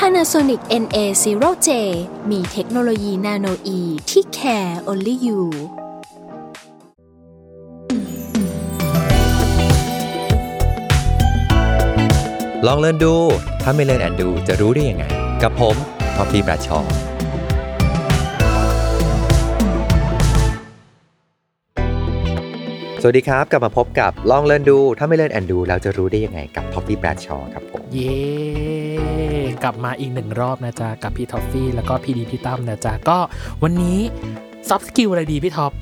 Panasonic NA0J มีเทคโนโลยีนาโนอีที่ care only you ลองเล่นดู ถ้าไม่เล่นแอนดูจะรู้ได้ยังไง กับผมท็อปฟี่แบรดชอว์สวัสดีครับ กลับมาพบกับลองเล่นดู ถ้าไม่เล่นแอนดูแล้วจะรู้ได้ยังไงกับท็อปฟี่แบรดชอว์ครับผม เย้กลับมาอีกหนึ่งรอบนะจ๊ะ กับพี่ท็อฟฟี่แล้วก็พี่ดีพี่ตั้มนะจ๊ะ ก็วันนี้ซอฟต์สกิลอะไรดีพี่ท็อป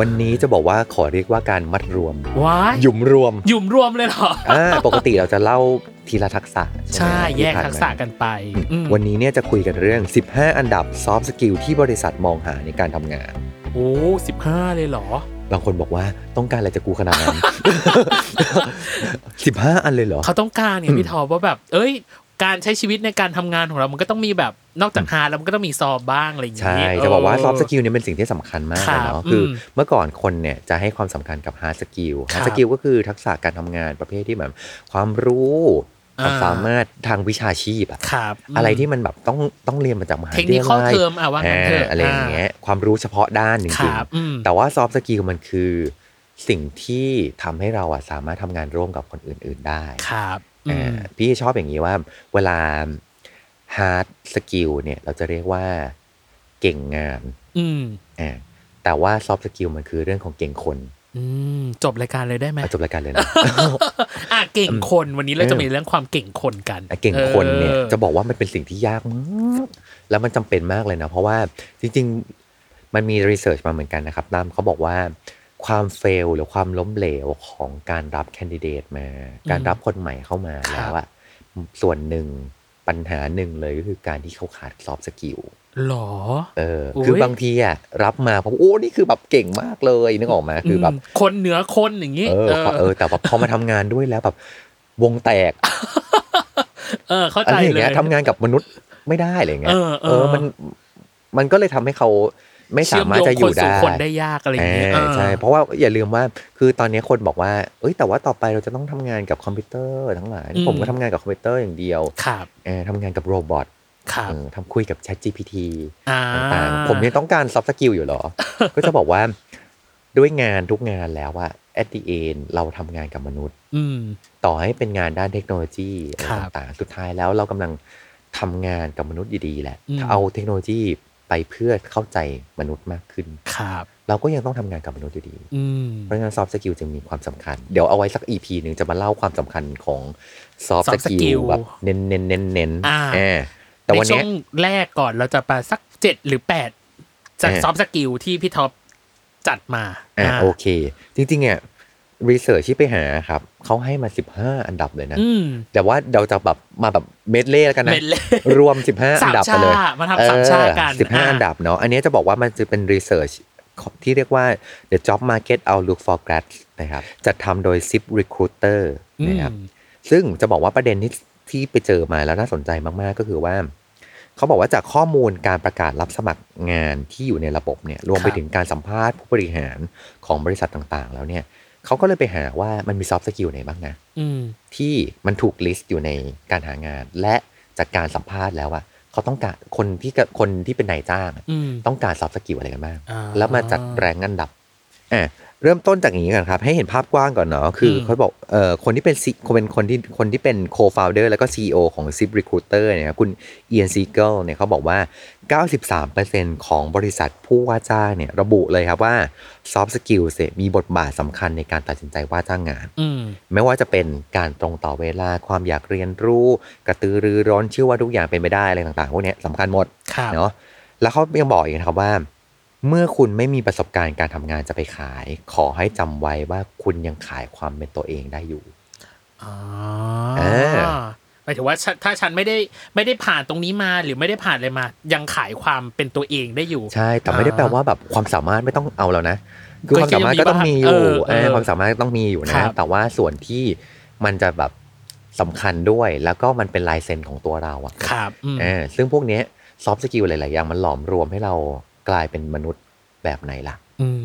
วันนี้จะบอกว่าขอเรียกว่าการมัดรวม ว้าย หยุมรวม หยุมรวมเลยเหรอ อ่าปกติเราจะเล่าทีละทักษะ ใช่ ไหม แยก ที่ผ่าน ทัก มา ษะกันไปอืม วันนี้เนี่ยจะคุยกันเรื่อง 15 อันดับซอฟต์สกิลที่บริษัทมองหาในการทำงาน โอ้สิบห้าเลยเหรอ บางคนบอกว่าต้องการอะไรจากกูขนาดนั้น 15 อันเลยเหรอ เขาต้องการเนี่ อื ย ม พี่ท็อปว่าแบบ เอ้ย การใช้ชีวิตในการทำงานของเรามันก็ต้องมีแบบนอกจากฮาแล้วมันก็ต้องมีซอบบ้างอะไรอย่าง ใช่ เงี้ย จะบอกว่าซอฟต์สกิลเนี่ยเป็นสิ่งที่สำคัญมากเลยเนาะ ครับ คืออ ม เมื่อก่อนคนเนี่ยจะให้ความสำคัญกับฮาร์ดสกิล ครั ฮาร์บดสกิลก็คือทักษะการทำงานประเภทที่แบบความรู้ความ อ่า สามารถทางวิชาชีพอะ ครับ อะไรที่มันแบบต้องต้องเรียนมาจากมหา เท วิ ค ท นิ ยา คอล ลัย เทอมอ่ะว่างั้นเถอะ อ่าอะไรอย่างเงี้ยความรู้เฉพาะด้านจ ค ริง รั ๆ บอืม แต่ว่าซอฟต์สกิลมันคือสิ่งที่ทำให้เราอะสามารถทำงานร่วมกับคนอื่น ๆ ได้ ครับอื อ่าม พี่ชอบอย่างนี้ว่าเวลา hard skill เนี่ยเราจะเรียกว่าเก่งงาน อืม อ่าแต่ว่า soft skill มันคือเรื่องของเก่งคน อืมจบรายการเลยได้ไหม เอาจบรายการเลยนะ อ่ะเก่งคนวันนี้เรา เออ จะมีเรื่องความเก่งคนกัน อ่ะเก่งคนเนี่ย ออ จะบอกว่ามันเป็นสิ่งที่ยากมากแล้วมันจำเป็นมากเลยนะ เพราะว่าจริง ๆ มันมีรีเสิร์ชมาเหมือนกันนะครับตามเขาบอกว่าความเฟลหรือความล้มเหลวของการรับแคนดิเดตมา การรับคนใหม่เข้ามาแล้วอะส่วนหนึ่งปัญหาหนึ่งเลยก็คือการที่เขาขาดซอฟต์สกิล หรอ เออ โอ้ย คือบางทีอะรับมาเพราะว่าโอ้นี่คือแบบเก่งมากเลยนึกออกมาคือแบบ มคนเหนือคนอย่างนี้ เออเออ แต่แบบพอมาทำงานด้วยแล้วแบบวงแตก เออ เข้า อะ ใจ ไรอย่าง เลย เงี้ยทำงานกับมนุษย์ไม่ได้อะไรเงี้ย เออเออ มันมันก็เลยทำให้เขาไม่สามารถจะอยู่ เชื่มโงคนได้สู่คนได้ยากอะไรอย่างเงี้ย เออใช่ เออ เพราะว่าอย่าลืมว่าคือตอนนี้คนบอกว่า เอ้ยแต่ว่าต่อไปเราจะต้องทำงานกับคอมพิวเตอร์ทั้งหลายผมก็ทำงานกับคอมพิวเตอร์อย่างเดียว ครับ เออทำงานกับโรบอท ครับ เออทำคุยกับ Chat GPT อ่า ต่างๆผมยังต้องการซอฟต์สกิล อยู่เหรอ ก็จะบอกว่าด้วยงานทุกงานแล้วว่า at the end เราทำงานกับมนุษย์ อืม ต่อให้เป็นงานด้านเทคโนโลยีอะไร ครับ ต่างๆ สุดท้ายแล้วเรากำลังทำงานกับมนุษย์อยู่ดีแหละ อืม เอาเทคโนโลยีไปเพื่อเข้าใจมนุษย์มากขึ้น ครับ เราก็ยังต้องทำงานกับมนุษย์อยู่ดี อืม เพราะฉะนั้นซอฟต์สกิลจึงมีความสำคัญ เดี๋ยวเอาไว้สัก EP หนึ่งจะมาเล่าความสำคัญของซอฟต์ส soft กิล skill แบบเน้นๆเน้นเน้นเน้น อ่า แต่ ใน วัน ช่ว เนี้ย งแรกก่อนเราจะไปสักเจ็ดหรือแปดจาก เออ ซอฟต์สกิลที่พี่ท็อปจัดมา อ่า า โอเค จริงๆอ่ะรีเสิร์ชที่ไปหาครับเขาให้มา 15 อันดับเลยนะ อืม แต่ว่าเราจะแบบมาแบบเมดเล่แล้วกันนะ เป็นเลย รวม 15 อันดับไปเลย สามชาติมาทำสามชาติกัน เออ15 อ่ะ อันดับเนาะ อันเนี้ยจะบอกว่ามันจะเป็นรีเสิร์ชที่เรียกว่า the job market outlook for grads นะครับ จัดทำโดย Zip Recruiter อื นะ ม ครับ ซึ่งจะบอกว่าประเด็นที่ที่ไปเจอมาแล้วน่าสนใจมาก ๆ ก็คือว่า เขาบอกว่าจากข้อมูลการประกาศรับสมัครงานที่อยู่ในระบบเนี่ย รวมไปถึงการสัมภาษณ์ผู้บริหารของบริษัทต่าง ๆ แล้วเนี่ย เขาก็เลยไปหาว่ามันมีซอฟต์สกิลไหนบ้างนะ อืม ที่มันถูกลิสต์อยู่ในการหางาน และจากการสัมภาษณ์แล้วอะเขาต้องการคนที่กะคนที่เป็นนายจ้างอะ อืม ต้องการ soft skill อะไรกันบ้าง อ่า แล้วมาจัดแรงอันดับอ่ะเริ่มต้นจากอย่างนี้ก่อนครับ ให้เห็นภาพกว้างก่อนเนาะคืออ ม เขาบอกเอ่อคนที่เป็น C- คนเป็นคนที่คนที่เป็น co-founder แล้วก็ CEO ของ Zip Recruiter เนี่ยครับคุณเอียนซีเกิลเนี่ยเขาบอกว่า 93%ของบริษัทผู้ว่าจ้างเนี่ยระบุเลยครับว่า soft skill เนี่ยมีบทบาทสำคัญในการตัดสินใจว่าจ้างงาน อืม ไม่ว่าจะเป็นการตรงต่อเวลาความอยากเรียนรู้ กระตือรือร้นเชื่อว่าทุกอย่างเป็นไปได้อะไรต่างๆพวกเนี้ยสำคัญหมด ครับ เนาะแล้วเขายังบอกอีกนะครับว่า เมื่อคุณไม่มีประสบการณ์การทำงานจะไปขาย ขอให้จำไว้ว่าคุณยังขายความเป็นตัวเองได้อยู่ อ่า เออ หมายถึงว่าฉันถ้าฉันไม่ได้ไม่ได้ผ่านตรงนี้มาหรือไม่ได้ผ่านอะไรมา ยังขายความเป็นตัวเองได้อยู่ ใช่ แต่ไม่ได้แปลว่าแบบความสามารถไม่ต้องเอาแล้วนะ คือความสามารถก็ต้องมีอยู่ เออเออ เออความสามารถก็ต้องมีอยู่ ครั นะ บ แต่ว่าส่วนที่มันจะแบบสำคัญด้วย แล้วก็มันเป็นลายเซ็นของตัวเราอะ ครับอืม เออซึ่งพวกเนี้ยซอฟต์สกิลหลาย ๆ อย่างมันหลอมรวมให้เรากลายเป็นมนุษย์แบบไหนล่ะ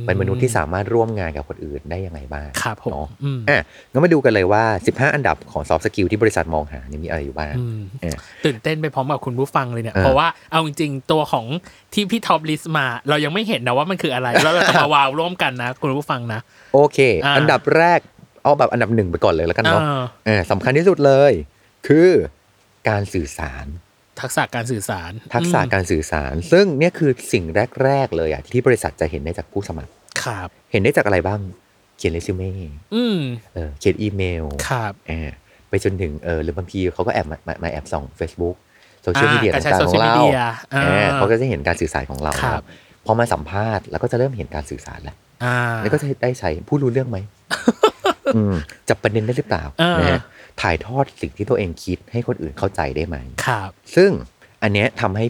เป็นมนุษย์ที่สามารถร่วมงานกับคนอื่นได้ยังไงบ้าง ครับผม เนาะ อืม อ่ะงั้นมาดูกันเลยว่า 15 อันดับของซอฟต์สกิลที่บริษัทมองหาเนี่ยมีอะไรอยู่บ้าง อืม เออ ตื่นเต้นไปพร้อมกับคุณผู้ฟังเลยเนี่ย เออ เพราะว่าเอาจริงๆตัวของที่พี่ท็อปลิสต์มา เรายังไม่เห็นนะว่ามันคืออะไร แล้วเราจะ มาวาวร่วมกันนะ คุณผู้ฟังนะ โอเค อ่า อันดับแรกเอาแบบอันดับหนึ่งไปก่อนเลยแล้วกันเนาะ เออ เออสำคัญที่สุดเลย คือการสื่อสาร ทักษะการสื่อสาร ทักษะ อืม การสื่อสาร ซึ่งเนี่ยคือสิ่งแรก ๆ เลยอ่ะที่บริษัทจะเห็นได้จากผู้สมัคร ครับ เห็นได้จากอะไรบ้าง เขียนเรซูเม่ อืม เออเขียนอีเมล ครับ เออไปจนถึงเออหรือบางทีเขาก็แอบมามามาแอบส่อง Facebook โซเชียลมีเดีย อ่ะกรใช้ ต่าง โซ ๆขอ เชียล งเรามีเดียอ เออเขาก็ ่า จะเห็นการสื่อสารของเรา ครับ ครับพอมาสัมภาษณ์แล้วก็จะเริ่มเห็นการสื่อสารแล้ว อ่า แล้วก็จะได้ใช้ผู้รู้เรื่องไหม อืมจับประเด็นได้หรือเปล่า อ่าน นะฮะถ่ายทอดสิ่งที่ตัวเองคิดให้คนอื่นเข้าใจได้ไหม ครับ ซึ่งอันเนี้ยทำให้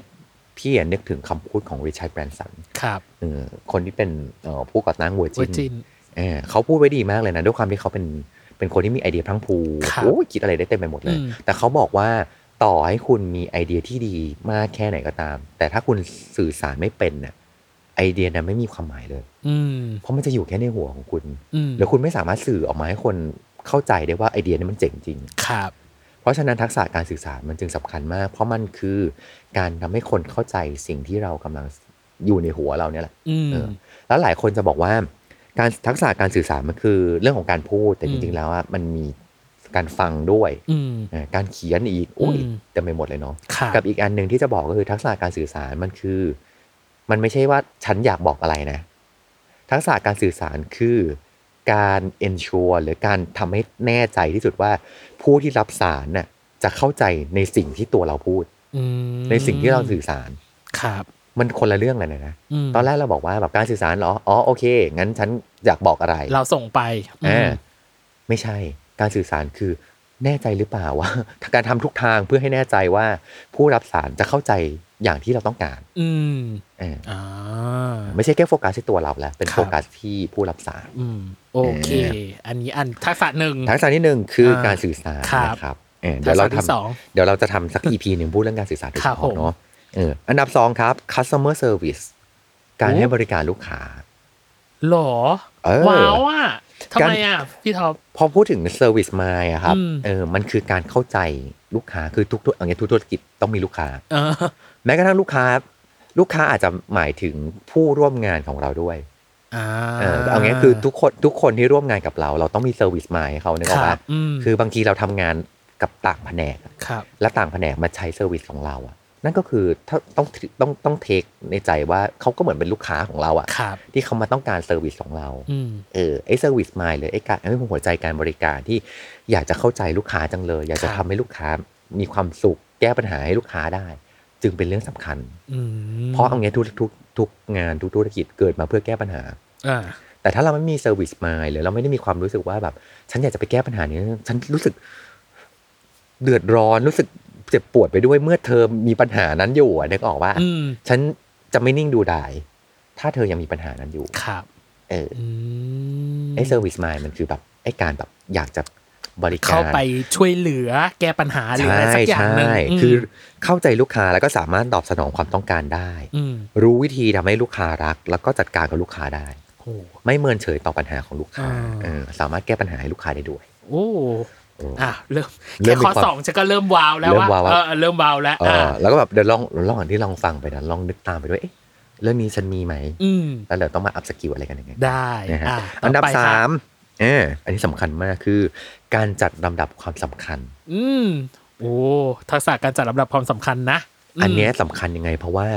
พี่อะนึกถึงคำพูดของริชาร์ดแบรนสัน ครับ เออคนที่เป็นเอ่อผู้ก่อตั้งเวอร์ เวอร์จิ จิน น เขาพูดไว้ดีมากเลยนะ ด้วยความที่เขาเป็นเป็นคนที่มีไอเดียพลังพรู ครับ โอ้ยคิดอะไรได้เต็มไปหมดเลย อืม แต่เขาบอกว่าต่อให้คุณมีไอเดียที่ดีมากแค่ไหนก็ตาม แต่ถ้าคุณสื่อสารไม่เป็นน่ะไอเดียนั้นไม่มีความหมายเลย อืม เพราะมันจะอยู่แค่ในหัวของคุณ อืม แล้วคุณไม่สามารถสื่อออกมาให้คนเข้าใจได้ว่าไอเดียนี้มันเจ๋งจริง ครับ เพราะฉะนั้นทักษะการสื่อสารมันจึงสำคัญมาก เพราะมันคือการทำให้คนเข้าใจสิ่งที่เรากำลังอยู่ในหัวเราเนี่ยแหละ อืม เออ แล้วหลายคนจะบอกว่า การทักษะการสื่อสารมันคือเรื่องของการพูดแต่ อื จ ม ริงๆแล้วอะมันมีการฟังด้วย อืม เออการเขียนอีกอุ้ย อืม เต็มไปหมดเลยเนาะ ครับ กับอีกอันหนึ่งที่จะบอกก็คือทักษะการสื่อสารมันคือ มันไม่ใช่ว่าฉันอยากบอกอะไรนะ ทักษะการสื่อสารคือการ ensure หรือการทำให้แน่ใจที่สุดว่าผู้ที่รับสารน่ะจะเข้าใจในสิ่งที่ตัวเราพูด อืม ในสิ่งที่เราสื่อสาร ครับ มันคนละเรื่องเลยนะ ม ตอนแรกเราบอกว่าแบบการสื่อสารเหรออ๋อโอเค งั้นฉันอยากบอกอะไร เราส่งไป อ่าม ไม่ใช่ การสื่อสารคือแน่ใจหรือเปล่าว่า การทำทุกทางเพื่อให้แน่ใจว่า ผู้รับสารจะเข้าใจอย่างที่เราต้องการ อืม เออ อ่า ไม่ใช่แค่โฟกัสที่ตัวเราแล้วเป็น ครับ โฟกัสที่ผู้รับสาร อืม โอเค อันนี้อันทักษะหนึ่ง ทักษะที่หนึ่งคืออา การสื่อสาร ครับ นะครับเออเดี๋ ทั ย ก วเรา ษะที่ส ทำ อง เดี๋ยวเราจะทำสัก EP หนึ่งพูดเรื่องการสื่อสารโดยเฉครับผ พาะ ม เนาะเอออันดับสองครับ customer service การ โอ้ ให้บริการลูกค้า หรอ เออ ว้าวอ่ะทำ การ ไมอ่ะ พี่ท็อป พอพูดถึง service mind อะครับ อืม เออมันคือการเข้าใจลูกค้าคือทุกๆอย่างเงี้ยทุกธุรกิจต้องมีลูกค้า เออ แม้กระทั่งลูกค้า ลูกค้าอาจจะหมายถึงผู้ร่วมงานของเราด้วย อ่า เออเอางี้คือทุกคนทุกคนที่ร่วมงานกับเรา เราต้องมี service mind ให้เขาเนี่ย ครั ว่า บอืม คือบางทีเราทำงานกับต่างแผนก ครับ และต่างแผนกมาใช้เซอร์วิสของเราอะนั่นก็คือถ้าต้องต้องต้องเทคในใจว่าเขาก็เหมือนเป็นลูกค้าของเราอะ ครับ ที่เขามาต้องการเซอร์วิสของเรา อืม เออไอเซอร์วิสมายเลยไอการไอ้หัวใจการบริการที่อยากจะเข้าใจลูกค้าจังเลย อยากจะ ค ทำ รับ ให้ลูกค้ามีความสุขแก้ปัญหาให้ลูกค้าได้ จึงเป็นเรื่องสำคัญ อืม เพราะเอางี้ทุกทุกทุกงานทุกธุรกิจเกิดมาเพื่อแก้ปัญหา อ่า แต่ถ้าเราไม่มีเซอร์วิสมายหรือเราไม่ได้มีความรู้สึกว่าแบบ ฉันอยากจะไปแก้ปัญหานี้ ฉันรู้สึก เดือดร้อนรู้สึกเจ็บปวดไปด้วยเมื่อเธอมีปัญหานั้นอยู่อะนึกออกว่า อืม ฉันจะไม่นิ่งดูดายถ้าเธอยังมีปัญหานั้นอยู่ ครับ เออ อืม ไอเซอร์วิสมายมันคือแบบไอการแบบอยากจะบริการ เข้าไปช่วยเหลือแก้ปัญหาหรืออะไร ใช่ สักอย่างหนึ่ง ใช่ ม คือเข้าใจลูกค้าแล้วก็สามารถตอบสนองความต้องการได้ อืม รู้วิธีทำให้ลูกค้ารัก แล้วก็จัดการกับลูกค้าได้ โห ไม่เมินเฉยต่อปัญหาของลูกค้า อ่า เออสามารถแก้ปัญหาให้ลูกค้าได้ด้วย โอ้ เอออ่ อ่ะเริ่ม เริ่ แค่ มมี ข้อ ความ สองฉันก็เริ่มวาวแล้ว เริ่ ว่าม วาวแล้ว เออเริ่มวาวแล้ว เอ อ่ะ อแล้วก็แบบเดี๋ยวลองลองอ่านที่ลองฟังไปนะลองนึกตามไปด้วยเอ๊ะเรื่องนี้ฉันมีไหม อืม แล้วเดี๋ยวต้องมาอัพสกิลอะไรกันยังไง ได้ นะฮะ อ่ะต่ อันดับ ไปค่ะ สามเอออันนี้สำคัญมากคือ การจัดลำดับความสำคัญ อืม โอ้ทักษะการจัดลำดับความสำคัญนะม อันเนี้ยสำคัญยังไง เพราะว่า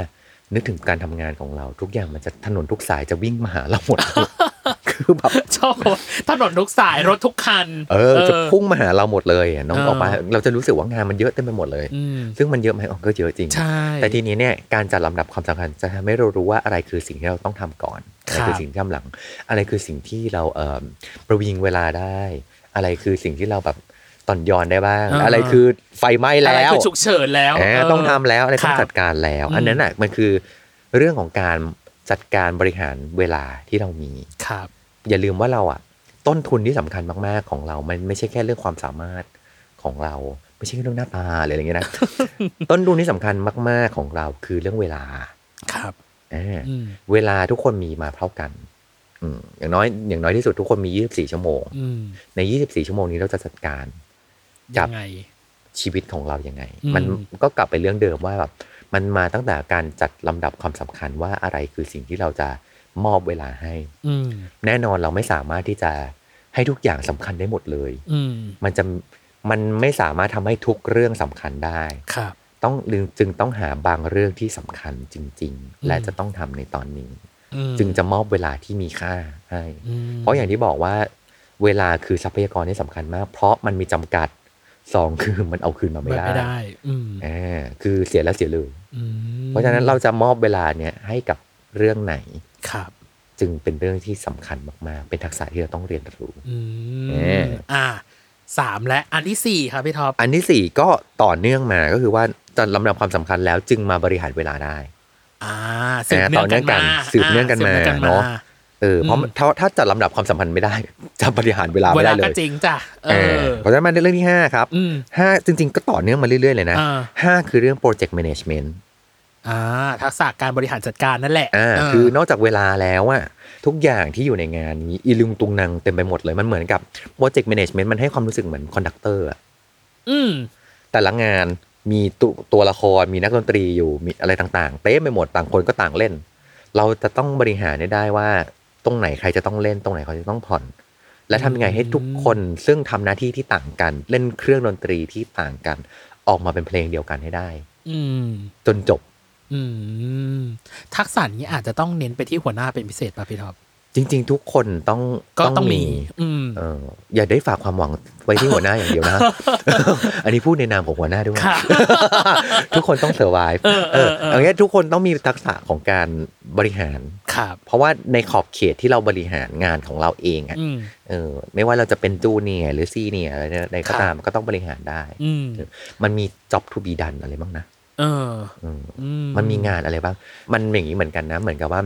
นึกถึงการทำงานของเรา ทุกอย่างมันจะถนนทุกสายจะวิ่งมาหาเรา หมด คือแบบ ชอบบอกว่าถนนทุกสายรถทุกคัน เออจะพุ่งมาหาเราหมดเลยอะน้อง เออ ออกมาเราจะรู้สึกว่างานมันเยอะเต็มไปหมดเลย อืม ซึ่งมันเยอะไหมอ๋อก็เยอะจริง ใช่ แต่ทีนี้เนี่ยการจัดลำดับความสำคัญจะทำให้เรารู้ว่าอะไรคือสิ่งที่เราต้องทำก่อน อะไรคือสิ่งที่ทำหลัง อะไรคือสิ่งที่เราเอ่อประวิงเวลาได้ อะไรคือสิ่งที่เราแบบ ต่อนยอนได้บ้าง อ่า อะไรคือไฟไหม้ อะไร แล้ว คือฉุกเฉินแล้ว เออ เ ต้องทำแล้วอะไรต้อง ค่ะ จัดการแล้ว อืม อันนั้นอ่ะมันคือเรื่องของการจัดการบริหารเวลาที่เรามี ครับ อย่าลืมว่าเราอ่ะ ต้นทุนที่สำคัญมาก ๆ ของเรา มันไม่ใช่แค่เรื่องความสามารถของเรา ไม่ใช่เรื่องหน้าตาหรืออะไรอย่างเงี้ยนะ ต้นทุนที่สำคัญมาก ๆ ของเราคือเรื่องเวลา ครับ อ่า อืม เวลาทุกคนมีมาเท่ากันอืมอย่างน้อยอย่างน้อยที่สุดทุกคนมี 24 ชั่วโมง อืม ใน 24 ชั่วโมงนี้เราจะจัดการ จั ยั บ งไง ชีวิตของเรายังไง อืม มันก็กลับไปเรื่องเดิมว่าแบบมันมาตั้งแต่การจัดลำดับความสำคัญว่าอะไรคือสิ่งที่เราจะมอบเวลาให้ อืม แน่นอนเราไม่สามารถที่จะให้ทุกอย่างสำคัญได้หมดเลย อืม มันจะมันไม่สามารถทำให้ทุกเรื่องสำคัญได้ ครับ ต้องจึงต้องหาบางเรื่องที่สำคัญจริงๆอืมและจะต้องทำในตอนนี้ อืม จึงจะมอบเวลาที่มีค่าให้ อืม เพราะอย่างที่บอกว่าเวลาคือทรัพยากรที่สำคัญมาก เพราะมันมีจำกัดสองคือมันเอาคืนมาไม่ได้ ไม่ได้ อืม อ่าคือเสียแล้วเสียเลย อืม เพราะฉะนั้นเราจะมอบเวลาเนี่ยให้กับเรื่องไหน ครับ จึงเป็นเรื่องที่สำคัญมากๆ เป็นทักษะที่เราต้องเรียนรู้ อืม เอออ่ อ่าสามและอันที่สี่ครับพี่ท็อป อันที่สี่ก็ต่อเนื่องมาก็คือว่าจัดลำดับความสำคัญแล้วจึงมาบริหารเวลาได้ อ่าสืบเนื่องกันเออมาต่อเนื่องกันสืบเนื่องกันมา สืบ เนอะ เออเพราะถ้าถ้าจัดลำดับความสำคัญไม่ได้ จะบริหารเวลา เว ไม่ ลา ได้เล ก็ ย จริงจ้ะเอ เอ อ อเพราะฉะนั้นมาในเรื่องที่ห้าครับ อืม ห้าจริง ๆ ก็ต่อเนื่องมาเรื่อยๆเลยนะ อ่า ห้าคือเรื่อง project management อ่าทักษะการบริหารจัดการนั่นแหละ อ่า เ คือนอกจากเวลาแล้วอะทุกอย่างที่อยู่ในงานมีอิลุงตุงนังเต็มไปหมดเลยมันเหมือนกับ project management มันให้ความรู้สึกเหมือนคอนดักเตอร์อะ อืม แต่ละงานมีตัวตัวละครมีนักดนตรีอยู่มีอะไรต่างๆ เต็มไปหมดต่างคนก็ต่างเล่น เราจะต้องบริหารให้ได้ว่า ตรงไหนใครจะต้องเล่นตรงไหนเขาจะต้องผ่อน และทำยังไงให้ทุกคนซึ่งทำหน้าที่ที่ต่างกัน เล่นเครื่องดนตรีที่ต่างกัน ออกมาเป็นเพลงเดียวกันให้ได้ อืม จนจบ อืมทักษะนี้อาจจะต้องเน้นไปที่หัวหน้าเป็นพิเศษป่ะพี่ท็อป จริง ๆ ทุกคนต้อง ก็ต้องมี อืม เอออย่าได้ฝากความหวังไว้ที่หัวหน้าอย่างเดียว นะ อันนี้พูดในนามของหัวหน้าด้วย ค่ะ ทุกคนต้องเซอร์ไว เออเออเออ อย่างเงี้ยทุกคนต้องมีทักษะของการบริหาร ครับ เพราะว่าในขอบเขตที่เราบริหารงานของเราเองอะ อืม เออ ไม่ว่าเราจะเป็นจูเนียร์หรือซีเนียร์อะไรใดก็ ค่ะ ตามก็ต้องบริหารได้ อืม มันมี job to be done อะไรบ้างนะ เออ เออ อื มันมีงานอะไรบ้าง มันอย่างนี้เหมือนกันนะ เหมือนกับว่า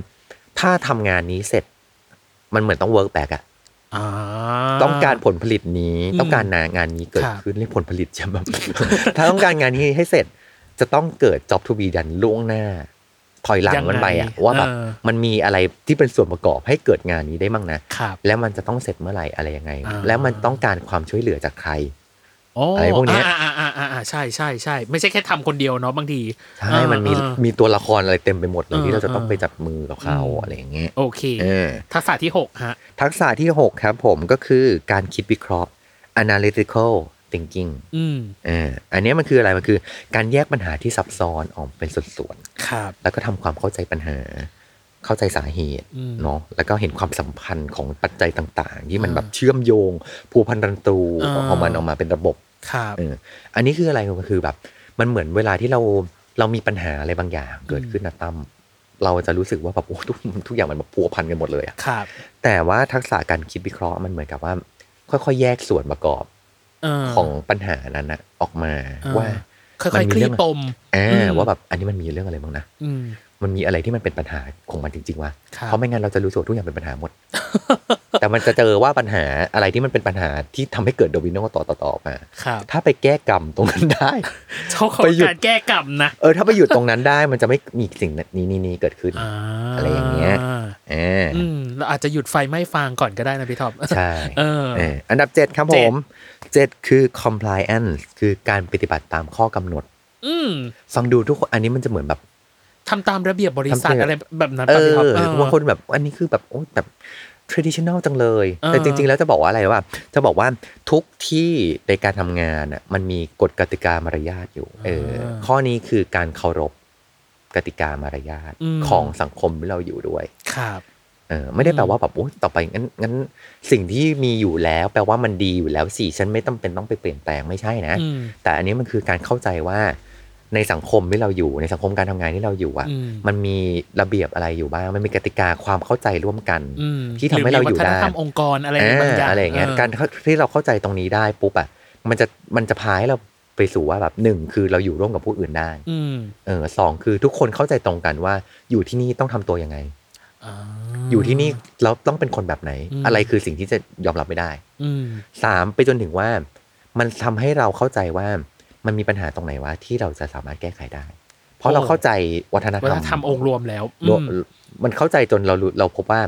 ถ้าทำงานนี้เสร็จ มันเหมือนต้อง work back อะ อ่า ต้องการผลผลิตนี้ อืม ต้องการงานนี้เกิ ค ด รับ ขึ้นเรียกผลผลิตใช่ไหม ถ้าต้องการงานนี้ให้เสร็จ จะต้องเกิด job to be done ล่วงหน้า ถอยหลังมันไปอะ ยั ว่าแบบ เออ มันมีอะไรที่เป็นส่วนประกอบให้เกิดงานนี้ได้บ้างนะครับ แล้วมันจะต้องเสร็จเมื่อไหร่อะไรยังไง อ่า แล้วมันต้องการความช่วยเหลือจากใคร โอ้ อะไรพวกเนี้ย อ่าอ่าอ่าอ่าอ่าใช่ใช่ใช่ไม่ใช่แค่ทำคนเดียวเนาะบางที ใช่มันมี อ่า มีตัวละครอะไรเต็มไปหมดเลยที่เราจะต้อง อ่า ไปจับมือกับเขา อืม อะไรอย่างเงี้ย โอเค เออ ทักษะที่หกฮะ ทักษะที่ 6 ครับผมก็คือการคิดวิเคราะห์ analytical thinking อืม เอออันเนี้ยมันคืออะไร มันคือการแยกปัญหาที่ซับซ้อนออกเป็นส่วน ครับ ๆ แล้วก็ทำความเข้าใจปัญหา เข้าใจสาเหตุ อืม เนาะ แล้วก็เห็นความสัมพันธ์ของปัจจัยต่างๆ ที่มันแบบเชื่อมโยงผูพันรันตรู อ่า ของมันออกมาเป็นระบบ ครับ เอออันนี้คืออะไร มันคือแบบ มันเหมือนเวลาที่เราเรามีปัญหาอะไรบางอย่าง เกิดขึ้นนะตั้ม เราจะรู้สึกว่าแบบโอ้ทุกทุกอย่างมันแบบพัวพันกันหมดเลยอะ ครับ แต่ว่าทักษะการคิดวิเคราะห์มันเหมือนกับว่า ค่อยๆ แยกส่วนประกอบ เออ ของปัญหานั้นนะออกมา อ่า ว่า ค่ มั อย น ๆ มี คลี่ เรื่อง ปม อ่า อืม ว่าแบบอันนี้มันมีเรื่องอะไรบ้างนะ อืม มันมีอะไรที่มันเป็นปัญหาของมันจริงๆวะ ครับ เพราะไม่งั้นเราจะรู้สึกว่าทุกอย่างเป็นปัญหา หมด แต่มันจะเจอว่าปัญหาอะไรที่มันเป็นปัญหาที่ทำให้เกิดโดมิโนต่อต่อต่อมา ครับ ถ้าไปแก้กรรมตรงนั้นได้ เจ้าของ ไปหยุด การแก้กรรมนะ เออถ้าไปหยุดตรงนั้นได้มันจะไม่มีสิ่งนี้นี่นี่เกิดขึ้น า อะไรอย่างเงี้ย อ่า อืมเราอาจจะหยุดไฟไหม้ฟางก่อนก็ได้นะพี่ท็อป ใช่ เออ เอออันดับเจ็ดครับผมเจ็ดคือ compliance คือการปฏิบัติตามข้อกำหนด อืม ฟังดูทุกคนอันนี้มันจะเหมือนแบบ ทำตามระเบียบบริษัทำทตาม อะไรแบบนั้น เอ ป่ะพี่ท็อป อบางคนแบบอันนี้คือแบบโอ้แบบ traditional จังเลย เออ แต่จริง ๆ แล้วจะบอกว่าอะไรว่า จะบอกว่าทุกที่ในการทำงานอ่ะมันมีกฎกติกามารยาทอยู่ เออ ข้อนี้คือการเคารพกติกามารยาทของสังคมที่เราอยู่ด้วย ครับ เออไม่ได้แปลว่าแบบโอ้ต่อไปงั้นงั้นสิ่งที่มีอยู่แล้ว แปลว่ามันดีอยู่แล้วสิฉันไม่จำเป็นต้องไปเปลี่ยนแปลงไม่ใช่นะ อืม แต่อันนี้มันคือการเข้าใจว่าในสังคมที่เราอยู่ในสังคมการทำงานที่เราอยู่อ่ะ อืม มันมีระเบียบอะไรอยู่บ้าง มันมีกติกาความเข้าใจร่วมกัน อืม ที่ทำให้เราอยู่ หมีวัฒน ได้ ธรรมองค์กรอะไรบางอย่าง อะไรอย่างเงี้ย เออ การที่เราเข้าใจตรงนี้ได้ปุ๊บอ่ะ มันจะมันจะพาให้เราไปสู่ว่าแบบหนึ่งคือเราอยู่ร่วมกับผู้อื่นได้ อืม เออสองคือทุกคนเข้าใจตรงกันว่าอยู่ที่นี่ต้องทำตัวยังไง า อยู่ที่นี่เราต้องเป็นคนแบบไหน อืม อะไรคือสิ่งที่จะยอมรับไม่ได้ อืม สามไปจนถึงว่ามันทำให้เราเข้าใจว่ามันมีปัญหาตรงไหนวะที่เราจะสามารถแก้ไขได้ เพราะเราเข้าใจวัฒนธร วั รม ฒนธรรมองค์รวมแล้วอืม รวมมันเข้าใจจนเรารู้เราพบว่า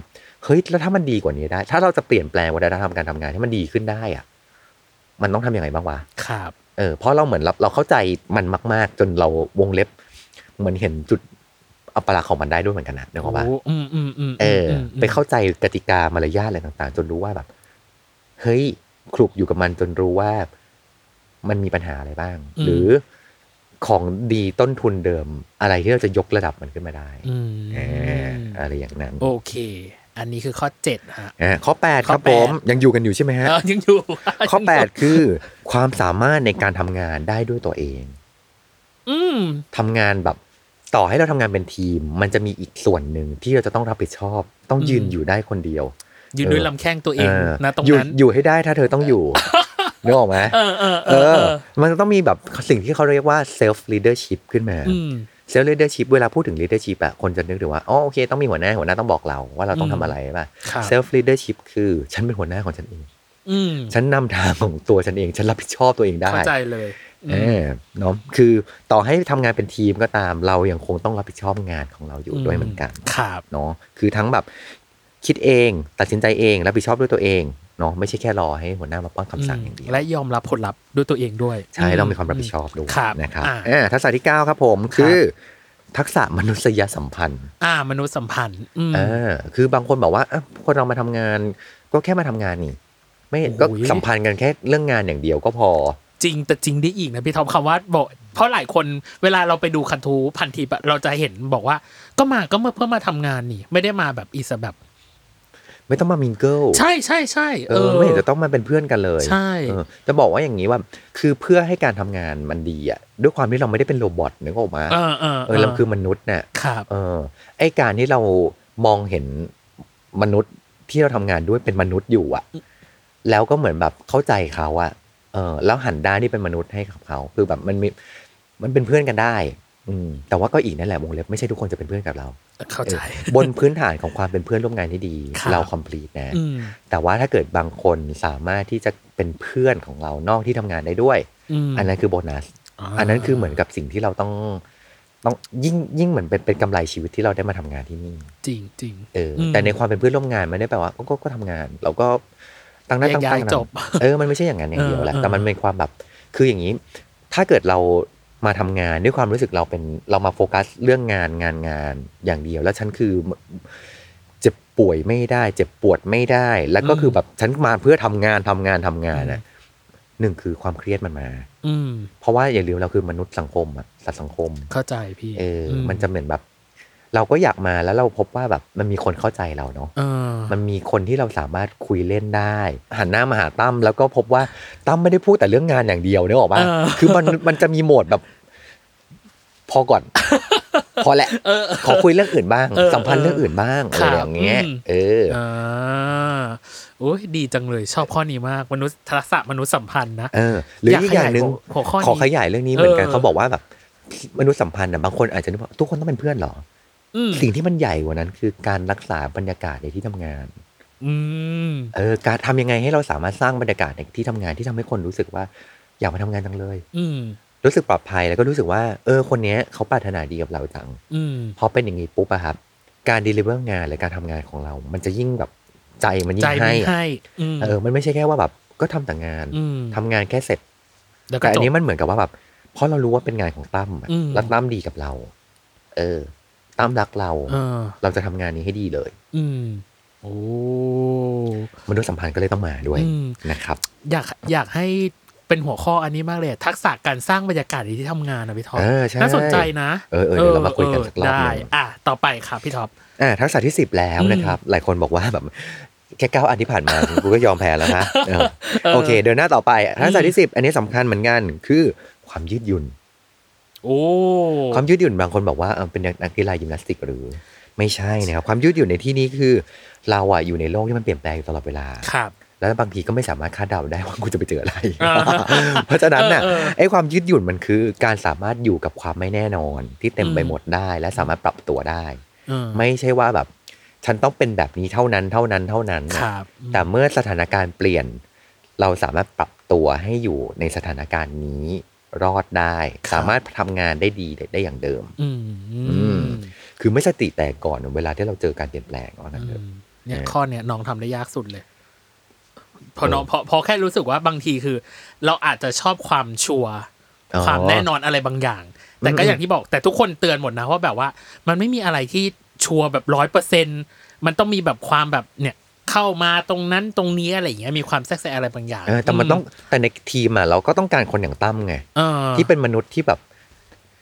เฮ้ยแล้วถ้ามันดีกว่านี้ได้ ถ้าเราจะเปลี่ยนแปลงวัฒนธรรมการทำงานให้มันดีขึ้นได้อะมันต้องทำยังไงบ้างวะ ครับ เออเพราะเราเหมือนเราเราเข้าใจมันมาก ๆ จนเราวงเล็บ เหมือนเห็นจุดอัปลักษณ์ของมันได้ด้วยเหมือนกันนะนึกออกปะ โอืมอืมอืม เอออ มม ไปเข้าใจกติกามารยาทอะไรต่างๆ จนรู้ว่าแบบ เฮ้ยคลุกอยู่กับมันจนรู้ว่ามันมีปัญหาอะไรบ้าง หรือของดีต้นทุนเดิม อะไรที่เราจะยกระดับมันขึ้นมาได้ อืม เอออะไรอย่างนั้น โอเค อันนี้คือข้อเจ็ดฮะ เออข้อ 8 ค ข้ รั อบ แป ผ ด ม ยังอยู่กันอยู่ใช่ไหมฮะ เออยังอยู่ ข้อ 8 คือ ความสามารถในการทำงานได้ด้วยตัวเอง อืม ทำงานแบบต่อให้เราทำงานเป็นทีม มันจะมีอีกส่วนหนึ่งที่เราจะต้องรับผิดชอบ ต้องยืนอยู่ได้คนเดียว อยู่ด้วยลำแข้งตัวเอง เออ นะตรง อยู่ นั้น อยู่ให้ได้ถ้าเธอต้องอยู่ นึกออกไหม เออเออเอ เอ อเอ อ อ มันต้องมีแบบสิ่งที่เขาเรียกว่า self leadership ขึ้นมา อืม เซลล์ leadership เวลาพูดถึง leadership อะคนจะนึกถึงว่าอ๋อโอเค ต้องมีหัวหน้าหัวหน้าต้องบอกเราว่าเราต้อง อื ทำ ม อะไรป่ะ ครับ self leadership คือฉันเป็นหัวหน้าของฉันเอง อืม ฉันนำทางของตัวฉันเอง ฉันรับผิดชอบตัวเองได้ เข้าใจเลยอืม เออเนาะคือต่อให้ทำงานเป็นทีมก็ตาม เรายังคงต้องรับผิดชอบงานของเราอยู่ด้วยเหมือนกัน ครับ เนาะคือทั้งแบบคิดเองตัดสินใจเองรับผิดชอบด้วยตัวเองเนาะไม่ใช่แค่รอให้หัวหน้ามาป้อนคำสั่งอย่างเดียว และยอมรับผลลัพธ์ด้วยตัวเองด้วย ใช่เรามี ม ความรับผิดชอบด้วย ครับ นะครับ อ่า เออทักษะที่เก้าครับผมคือ ทักษะมนุษยสัมพันธ์ อ่ามนุษยสัมพันธ์อืม อ่าคือบางคนบอกว่าอ่ะคนเรามาทำงานก็แค่มาทำงานนี่ ไม่ก็ โอ้ย สัมพันธ์กันแค่เรื่องงานอย่างเดียวก็พอ จริงแต่จริงได้อีกนะพี่ทอมคำว่าบอกเพราะหลายคนเวลาเราไปดูคันทูพันทีปะเราจะเห็นบอกว่า ก็มาก็มาเพื่อมาทำงานนี่ ไม่ได้มาแบบอิสระแบบ ไม่ต้องมามิงเกิล ใช่ใช่ใช่ เออไม่เห็นจะต้องมาเป็นเพื่อนกันเลย ใช่ เออจะบอกว่าอย่างนี้ว่าคือเพื่อให้การทำงานมันดีอ่ะด้วยความที่เราไม่ได้เป็นโรบอทนึกออกมา เออเออ เออเราคือมนุษย์เนี่ย ครับ เออไอการที่เรามองเห็นมนุษย์ที่เราทำงานด้วยเป็นมนุษย์อยู่อ่ะ แล้วก็เหมือนแบบเข้าใจเขาอะเออ แล้วหันด้านที่เป็นมนุษย์ให้กับเขา คือแบบมันมีมันเป็นเพื่อนกันได้ อืม แต่ว่าก็อีกนั่นแหละวงเล็บไม่ใช่ทุกคนจะเป็นเพื่อนกับเรา เข้าเอใจอบนพื้นฐานของความเป็นเพื่อนร่วมงานที่ดี ครับ เราคอมพลีทนะ อืม แต่ว่าถ้าเกิดบางคนสามารถที่จะเป็นเพื่อนของเรานอกที่ทำงานได้ด้วย อืม อันนั้นคือโบนัส อันนั้นคือเหมือนกับสิ่งที่เราต้องต้องยิ่งยิ่งเหมือนเป็นเป็นกำไรชีวิตที่เราได้มาทำงานที่นี่ จริงจริง เอออ ม แต่ในความเป็นเพื่อนร่วมงานมันไม่ได้แปลว่าก็ก็ก็ทำงาน เราก็ตั้งหน้า แย ตั้ ก ง ย้าย ตานะ จบ เออมันไม่ใช่อย่างนั้นอย่างเดียวแหละ เออเออ แต่มันเป็นความแบบคืออย่างนี้ ถ้าเกิดเรามาทำงานด้วยความรู้สึกเราเป็นเรามาโฟกัสเรื่องงานงานงานอย่างเดียว แล้วฉันคือเจ็บป่วยไม่ได้ เจ็บปวดไม่ได้ แล้วก็คือแบบฉันมาเพื่อทำงานทำงานทำงานนะหนึ่งคือความเครียดมันมา อืม เพราะว่าอย่าลืมเราคือมนุษย์สังคมอะสัตว์สังคม เข้าใจพี่ เอออมันจะเหมือนแบบ เราก็อยากมาแล้วเราพบว่าแบบมันมีคนเข้าใจเราเนาะ เออ มันมีคนที่เราสามารถคุยเล่นได้ หันหน้ามาหาตั้มแล้วก็พบว่าตั้มไม่ได้พูดแต่เรื่องงานอย่างเดียวเนี่ยหรอกว่า เออ คือมันมันจะมีโหมดแบบ พอก่ อน พอแหละ เออเออ ขอคุยเรื่องอื่นบ้าง เออ สัมพันธ์เรื่องอื่นบ้าง ค อะ รั ไร บ อย่างเงี้ย อืม เออ อ่าโอ้ยดีจังเลยชอบข้อนี้มาก มนุษย์ทักษะมนุษยสัมพันธ์นะ เออ หรืออีกอย่างหนึ่ง อยากขยายหัวข้อนี้ ขอขยายเรื่องนี้เหมือนกัน เออ เขาบอกว่าแบบ มนุษยสัมพันธ์น่ะบางคนอาจจะนึกว่าทุกคนต้องเป็นเพื่อนเหรอ อืม สิ่งที่มันใหญ่กว่านั้นคือการรักษาบรรยากาศในที่ทำงาน อืม เออการทำยังไงให้เราสามารถสร้างบรรยากาศในที่ทำงานที่ทำให้คนรู้สึกว่าอยากมาทำงานจังเลย อืม รู้สึกปลอดภัยแล้วก็รู้สึกว่า เออ คนเนี้ยเขาปรารถนาดีกับเราจัง อืม พอเป็นอย่างนี้ปุ๊บอะครับ การดีลิเวอร์งานหรือการทำงานของเรา มันจะยิ่งแบบใจมันยิ่ ใจ ง ไม่ ให้อะ ให้อืม เออ มันไม่ใช่แค่ว่าแบบก็ทำแต่งาน ม ทำงานแค่เสร็จ แล้วก็ แต่อัน จบ นี้มันเหมือนกับว่าแบบเพราะเรารู้ว่าเป็นงานของตั้มอะ อืม แล้วตั้มดีกับเรา เออตั้มรักเรา เออ เราจะทำงานนี้ให้ดีเลย อืม โอ้ มนุษยสัมพันธ์ก็เลยต้องมาด้วย อืม นะครับ อยากอยากให้เป็นหัวข้ออันนี้มากเลยทักษะการสร้างบรรยากาศในที่ทำงานนะพี่ท็อป เออใช่ น่าสนใจนะ เออเออเดี๋ยวเรามาคุยกันสักรอบหนึ่ง ได้อ่ะต่อไปครับพี่ท็อป อ่าทักษะที่สิบแล้วนะครับ หลายคนบอกว่าแบบแค่เก้าอันที่ผ่านมา กูก็ยอมแพ้แล้วนะเออโอเค เดินหน้าต่อไป ทักษะที่สิบอันนี้สำคัญเหมือนกันคือความยืดหยุ่น โอ้ ความยืดหยุ่นบางคนบอกว่าเออเป็นนักกีฬายิมนาสติกหรือ ไม่ใช่นะครับ ความยืดหยุ่นในที่นี้คือ เราอ่ะอยู่ในโลกที่มันเปลี่ยนแปลงอยู่ตลอดเวลา ครับ แล้วบางทีก็ไม่สามารถคาดเดาได้ว่ากูจะไปเจ ออะไร อ่า เพราะฉะนั้นน่ะ เออเออ ไอ้ความยืดหยุ่นมันคือการสามารถอยู่กับความไม่แน่นอน ที่เต็มไปหมดได้ และสามารถปรับตัวได้ เออ ไม่ใช่ว่าแบบ ฉันต้องเป็นแบบนี้เท่านั้นเท่านั้นเท่านั้น ค น่ะ รับ แต่เมื่อสถานการณ์เปลี่ยน เราสามารถปรับตัวให้อยู่ในสถานการณ์นี้รอดได้ สามารถทำงานได้ดีได้อย่างเดิม อืม อืม คือไม่สติแตกก่อนเวลาที่เราเจอการเปลี่ยนแปลงเอานั้นเถอะ เนี่ย เออ ข้อเนี่ยน้องทำได้ยากสุดเลยเพอน้อง เออ เพอพอแค่รู้สึกว่าบางทีคือ เราอาจจะชอบความชัวร์ อ๋อ ความแน่นอนอะไรบางอย่าง แต่ก็ อืม อย่างที่บอกแต่ทุกคนเตือนหมดนะว่าแบบว่า มันไม่มีอะไรที่ชัวร์แบบร้อยเปอร์เซ็นมันต้องมีแบบความแบบเนี่ยเข้ามาตรงนั้นตรงนี้อะไรอย่างเงี้ยมีความแทรกแซงอะไรบางอย่าง เออแต่มันต้องแต่ในทีมอ่ะเราก็ต้องการคนอย่างตั้มไง เออ ที่เป็นมนุษย์ที่แบบ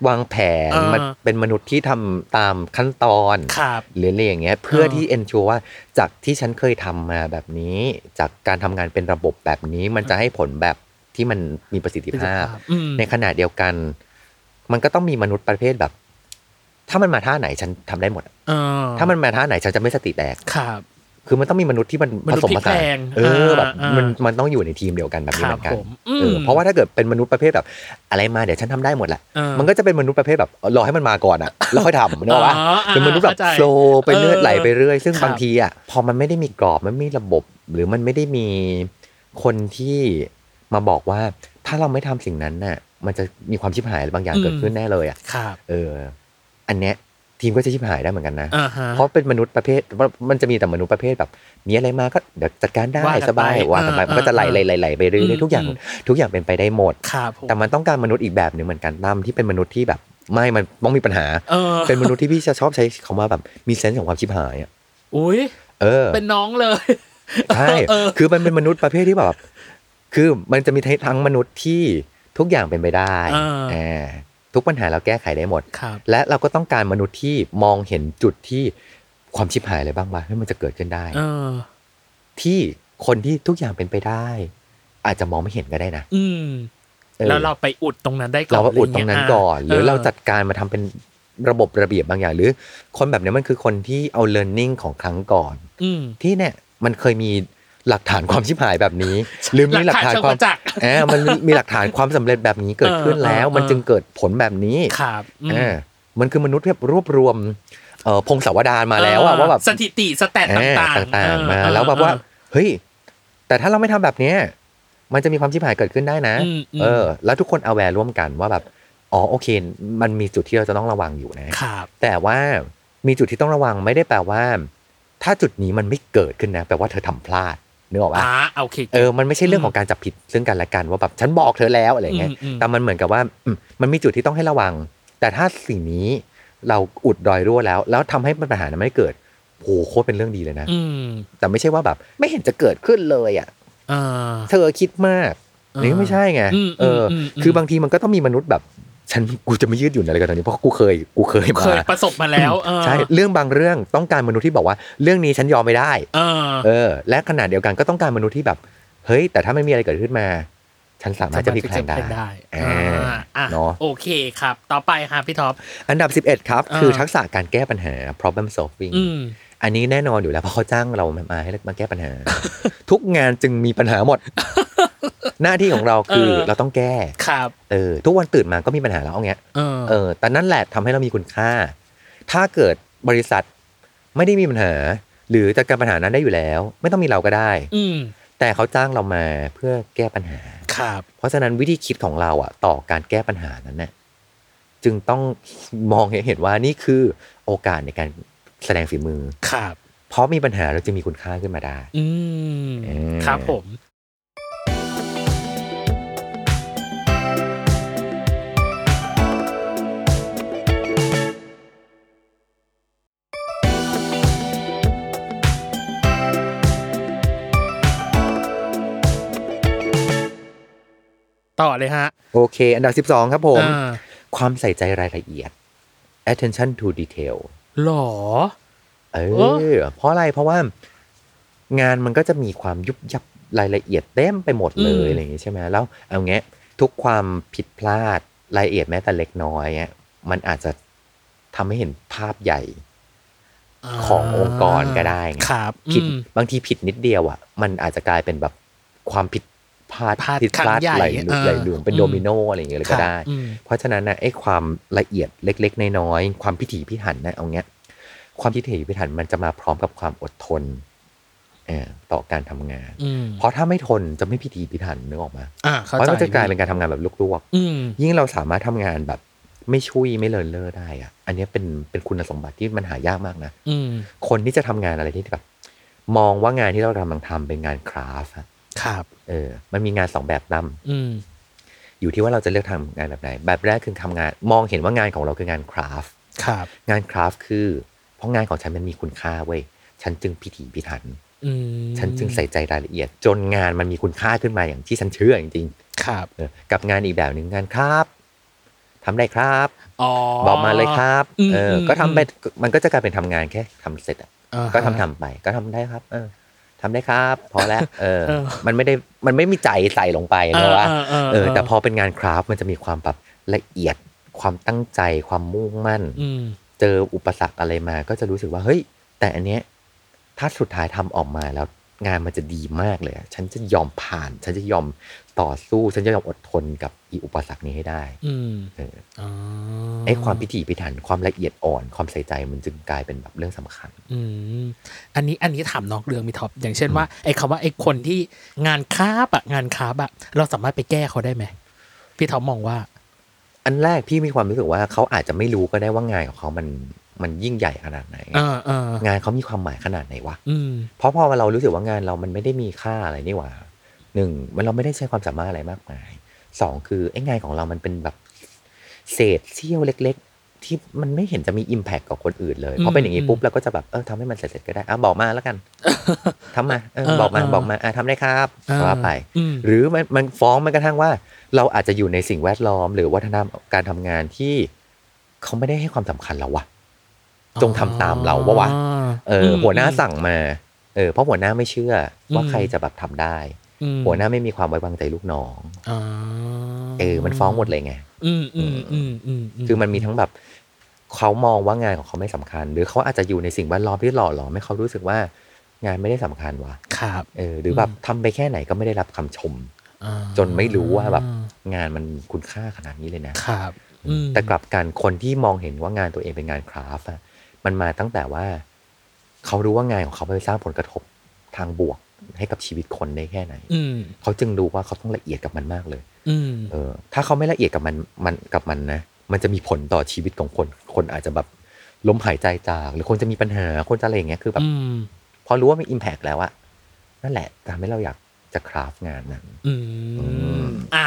วางแผน เออ มันเป็นมนุษย์ที่ทำตามขั้นตอน ครับ หรืออะไรอย่างเงี้ย เพื่อ เออ ที่ ensure ว่าจากที่ฉันเคยทำมาแบบนี้ จากการทำงานเป็นระบบแบบนี้ มันจะให้ผลแบบที่มันมีประสิทธิภาพ อืม ในขณะเดียวกัน มันก็ต้องมีมนุษย์ประเภทแบบ ถ้ามันมาท่าไหนฉันทำได้หมดอะ เออ ถ้ามันมาท่าไหนฉันจะไม่สติแตก ครับ คือมันต้องมีมนุษย์ที่มัน ม ผ นุษย์ สมผสา พลิกแพล น ง เออแบบ อ่ามั มันมันต้องอยู่ในทีมเดียวกันแบบนี้ ครัเหบมือนกัน ผมอืม เออเพราะว่าถ้าเกิดเป็นมนุษย์ประเภทแบบ อะไรมาเดี๋ยวฉันทำได้หมดแหละ เออ มันก็จะเป็นมนุษย์ประเภทแบบรอให้มันมาก่อนอ่ะ แล้วค่อยทำเนกอะวะ อ๋ออ่า เป็นมนุษย์แบบ เข้าใจ โฟลว์ไปเรื่อย เออ ไหลไปเรื่อยซึ่ง ครับ บางทีอ่ะพอมันไม่ได้มีกรอบมันไม่มีระบบ หรือมันไม่ได้มีคนที่มาบอกว่า ถ้าเราไม่ทำสิ่งนั้นน่ะ มันจะมีความชิบหายบางอย่างเกิดขึ้นแน่เลยอ่ะ ครับ เออ อันเนี้ยทีมก็จะชิบหายได้เหมือนกันนะ อ่าฮะ เพราะเป็นมนุษย์ประเภทว่ามันจะมีแต่มนุษย์ประเภทแบบมีอะไรมาก็เดี๋ยวจัดการได้ ว่ากันสไปบายว่ากันไป เออ มันก็จะไหล เออ ไหลไหลไหลไปเรื่อย อืม ๆทุกอย่าง อืม ทุกอย่างเป็นไปได้หมด ครับผม แต่มันต้องการมนุษย์อีกแบบหนึ่งเหมือนกันตั้มที่เป็นมนุษย์ที่แบบ ไม่มันต้องมีปัญหา เออ เป็นมนุษย์ที่พี่จะชอบใช้คำว่าแบบมีเซนส์ของความชิบหายอะ อุ้ย เออ เป็นน้องเลย ใช่ เออ คือมันเป็นมนุษย์ประเภทที่แบบคือมันจะมีทั้งมนุษย์ที่ทุกอย่างเป็นไปได้เออทุกปัญหาเราแก้ไขได้หมด ครับ และเราก็ต้องการมนุษย์ที่มองเห็นจุดที่ความชิบหายอะไรบ้างวะที่มันจะเกิดขึ้นได้ เออ ที่คนที่ทุกอย่างเป็นไปได้ อาจจะมองไม่เห็นก็ได้นะ อืม ออ แล้วเราไปอุดตรงนั้นได้ก่อน เราก็อุดตรงนั้นก่อน ห ะไย่ย รือเราจัดการมาทำเป็นระบบระเบียบบางอย่าง หรือ คนแบบเนี้ยมันคือคนที่เอา learning ของครั้งก่อน อืม ที่เนี่ยมันเคยมีหลักฐานความชิบหายแบบนี้ หรือมีหลักฐานความ หลักฐานเชิงประจักษ์ เออมันมีมีหลักฐานความสำเร็จแบบนี้เกิดขึ้นแล้ว เออเออ มันจึงเกิดผลแบบนี้ ครับอืม อ่ามันคือมนุษย์แบบรวบรวมเอ่อพงศาวดารมาแล้วอะว่าแบบ สถิติสแตท อ่ ต่างๆ ต่าง เออ ๆมา เออ แล้วแบบว่า เออ เฮ้ย แต่ถ้าเราไม่ทำแบบเนี้ยมันจะมีความชิบหายเกิดขึ้นได้นะ อืมอืม เออ แล้วทุกคนเอาแวร์ร่วมกันว่าแบบอ๋อโอเค มันมีจุดที่เราจะต้องระวังอยู่นะ ครับ แต่ว่ามีจุดที่ต้องระวังไม่ได้แปลว่า ถ้าจุดนี้มันไม่เกิดขึ้นนะแปลว่าเธอทำพลาดนึกออกปะ อ่าโอเค เออ มันไม่ใช่เรื่องของการจับผิดซึ่งกันและกันว่าแบบฉันบอกเธอแล้วอะไรเงี้ย อืมอืม แต่มันเหมือนกับว่าอืมมันมีจุดที่ต้องให้ระวัง แต่ถ้าสิ่งนี้เราอุดรอยรั่วแล้ว แล้วทำให้ปัญหานั้นไม่เกิดโหโคตรเป็นเรื่องดีเลยนะ อืม แต่ไม่ใช่ว่าแบบไม่เห็นจะเกิดขึ้นเลยอ่ะ อ่า เธอคิดมาก อ่า นี่ไม่ใช่ไง อืม เอออ มอืม คือบางทีมันก็ต้องมีมนุษย์แบบ ฉันกูจะไม่ยืดหยุ่นอะไรกับตอนนี้เพราะกูเคยกูเคยมา เคยประสบมาแล้วเออ ใช่ เรื่องบางเรื่องต้องการมนุษย์ที่บอกว่า เรื่องนี้ฉันยอมไม่ได้ เออ เออและขนาดเดียวกันก็ต้องการมนุษย์ที่แบบ เฮ้ย แต่ถ้าไม่มีอะไรเกิดขึ้นมา ฉันสามารถจะพลิกแพลงได้ อ อ่า ่าอ่ะ เนาะ โอเคครับ ต่อไปครับพี่ท็อป อันดับ 11 ครับ อ่า คือทักษะการแก้ปัญหา problem solving อืม อันนี้แน่นอนอยู่แล้วเพราะเขาจ้างเรามาให้มาแก้ปัญหา ทุกงานจึงมีปัญหาหม ด หน้าที่ของเราคือ เออ เราต้องแก้ ครับ เออทุกวันตื่นมาก็มีปัญหาแล้วเอาเงี้ย เออ เออแต่นั่นแหละทำให้เรามีคุณค่า ถ้าเกิดบริษัทไม่ได้มีปัญหา หรือจัดการปัญหานั้นได้อยู่แล้ว ไม่ต้องมีเราก็ได้ อืม แต่เขาจ้างเรามาเพื่อแก้ปัญหา ครับ เพราะฉะนั้นวิธีคิดของเราอะต่อการแก้ปัญหานั้นน่ะจึงต้องมองให้เห็นว่านี่คือโอกาสในการแสดงฝีมือ ครับ เพราะมีปัญหาเราจึงมีคุณค่าขึ้นมาได้ อืม เออ ครับผม ต่อเลยฮะ โอเค อันดับ 12 ครับผม อ่า ความใส่ใจรายละเอียด attention to detail หรอ เอ โอ้ อเพราะอะไรเพราะว่า งานมันก็จะมีความยุบยับรายละเอียดเต็มไปหมดเลยอะไรอย่างงี้ใช่ไหมแล้ว เอาเงี้ยทุกความผิดพลาดรายละเอียดแม้แต่เล็กน้อยเงี้ยมันอาจจะทำให้เห็นภาพใหญ่ ขององค์กรก็ได้ไง ครับ ผิด อืม บางทีผิดนิดเดียวอ่ะ มันอาจจะกลายเป็นแบบความผิดพลาด พลาด ผิดพลาด ครั้งใหญ่ ไหลหลุด เออ ไหลหลวมเป็น อืม โดมิโนอะไรอย่างเงี้ยเลยก็ได้ ครับอืม เพราะฉะนั้นนะไอ้ความละเอียดเล็ก ๆ น้อยๆความพิถีพิถันนะเอาเงี้ย ความพิถีพิถันมันจะมาพร้อมกับความอดทนเอ่อต่อการทำงาน อืม เพราะถ้าไม่ทนจะไม่พิถีพิถันนึกออกมา อ่า เพ เข้า ราะมันใจจะกลายเป็นการทำงานแบบลวก อืม ๆยิ่งเราสามารถทำงานแบบไม่ช่วยไม่เลินเล่อได้อะอันเนี้ยเป็นเป็นคุณสมบัติที่มันหายากมากนะ อืม คนที่จะทำงานอะไรที่แบบมองว่างานที่เรากำลังทำเป็นงานคราฟต์อะ ครับ เออ มันมีงานสองแบบตั้ม อืม อยู่ที่ว่าเราจะเลือกทำงานแบบไหน แบบแรกคือทำงาน มองเห็นว่างานของเราคืองานคราฟต์ ครับ งานคราฟต์คือ เพราะงานของฉันมันมีคุณค่าเว้ยฉันจึงพิถีพิถัน อืม ฉันจึงใส่ใจรายละเอียด จนงานมันมีคุณค่าขึ้นมาอย่างที่ฉันเชื่อจริง ครับ ๆเออกับงานอีกแบบหนึ่งงานครับทำได้ครับ อ๋อ บอกมาเลยครับ อืม เอออ ม ก็ทำไปมันก็จะกลายเป็นทำงานแค่ทำเสร็จอะ อ่าฮะ ก็ทำทำไปก็ทำได้ครับ เออทำได้ครับ พอ แล้วเออ เออ มันไม่ได้มันไม่มีใจใส่ลงไป เอ เน อ อะว่า เออเออ เออ แต่พอเป็นงานคราฟต์มันจะมีความแบบละเอียดความตั้งใจความมุ่งมั่น อืม เจออุปสรรคอะไรมา ก็จะรู้สึกว่าเฮ้ย แต่อันเนี้ยถ้าสุดท้ายทำออกมาแล้วงานมันจะดีมากเลยอะฉันจะยอมผ่าน ฉันจะยอมต่อสู้ ฉันจะยอมอดทนกับอีอุปสรรคนี้ให้ได้ อืม เออ อ๋อ ไอ้ความพิถีพิถันความละเอียดอ่อน ความใส่ใจมันจึงกลายเป็นแบบเรื่องสำคัญ อืมอันนี้อันนี้ถามนอกเรื่องมีท็อป อย่างเช่นว่าไอ้คำว่าไอ้คนที่งานค้าบอะงานค้าบอะเราสามารถไปแก้เขาได้ไหมพี่ท็อปมองว่า อันแรกพี่มีความรู้สึกว่าเขาอาจจะไม่รู้ก็ได้ว่างานของเขามันมันยิ่งใหญ่ขนาดไหน เออเออง านเขามีความหมายขนาดไหนวะ อืม เพราะพอเรารู้สึกว่างานเรามันไม่ได้มีค่าอะไรนี่หว่าหนึ่งมันเราไม่ได้ใช้ความสามารถอะไรมากมายสองคือไอ้งานของเรามันเป็นแบบเศษเสี้ยวเล็ก ๆ ที่มันไม่เห็นจะมีอิมแพคกับคนอื่นเลย อืม พอเป็นอย่างนี้ อืม ปุ๊บเราก็จะแบบเออทำให้มันเสร็จๆก็ได้อ่ะบอกมาแล้ว กันทำมาเออ เออ บอกมา เออ บอกมาอ่ะทำได้ครับ เออ ว่าไป อืม หรือมันมันฟ้องมันกระทั่งว่า เราอาจจะอยู่ในสิ่งแวดล้อม หรือวัฒนธรรมการทำงานที่เขาไม่ได้ให้ความสำคัญเราวะจงทำตามเราวะวะเอออ ม หัวหน้าสั่งมาเออเพราะหัวหน้าไม่เชื่ออ ม ว่าใครจะแบบทำได้ อืม หัวหน้าไม่มีความไว้วางใจลูกน้อง อ๋อ เออมันฟ้องหมดเลยไง อืมอืมอืมอืม คือมันมีทั้งแบบเขามองว่างานของเขาไม่สำคัญ หรือเขาอาจจะอยู่ในสิ่งแวดล้อมที่หล่อหลอมให้เขารู้สึกว่างานไม่ได้สำคัญวะ ครับ เออหรือแบบทำไปแค่ไหนก็ไม่ได้รับคำชม อ่า จนไม่รู้ว่าแบบงานมันมีคุณค่าขนาดนี้เลยนะ ครับอืม แต่กลับกันคนที่มองเห็นว่างานตัวเองเป็นงานคราฟต์อะมันมาตั้งแต่ว่า เขารู้ว่างานของเขาไปสร้างผลกระทบทางบวกให้กับชีวิตคนได้แค่ไหน อืม เขาจึงรู้ว่าเขาต้องละเอียดกับมันมากเลย อืม เออ ถ้าเขาไม่ละเอียดกับมันมันกับมันนะมันจะมีผลต่อชีวิตของคน คนอาจจะแบบล้มหายใจจาก หรือคนจะมีปัญหาคนจะอะไรอย่างเงี้ยคือแบบ อืม พอรู้ว่ามีอิมแพกแล้วอะนั่นแหละทำให้เราอยากจะคราฟต์งานนั้น อืม อ่ะ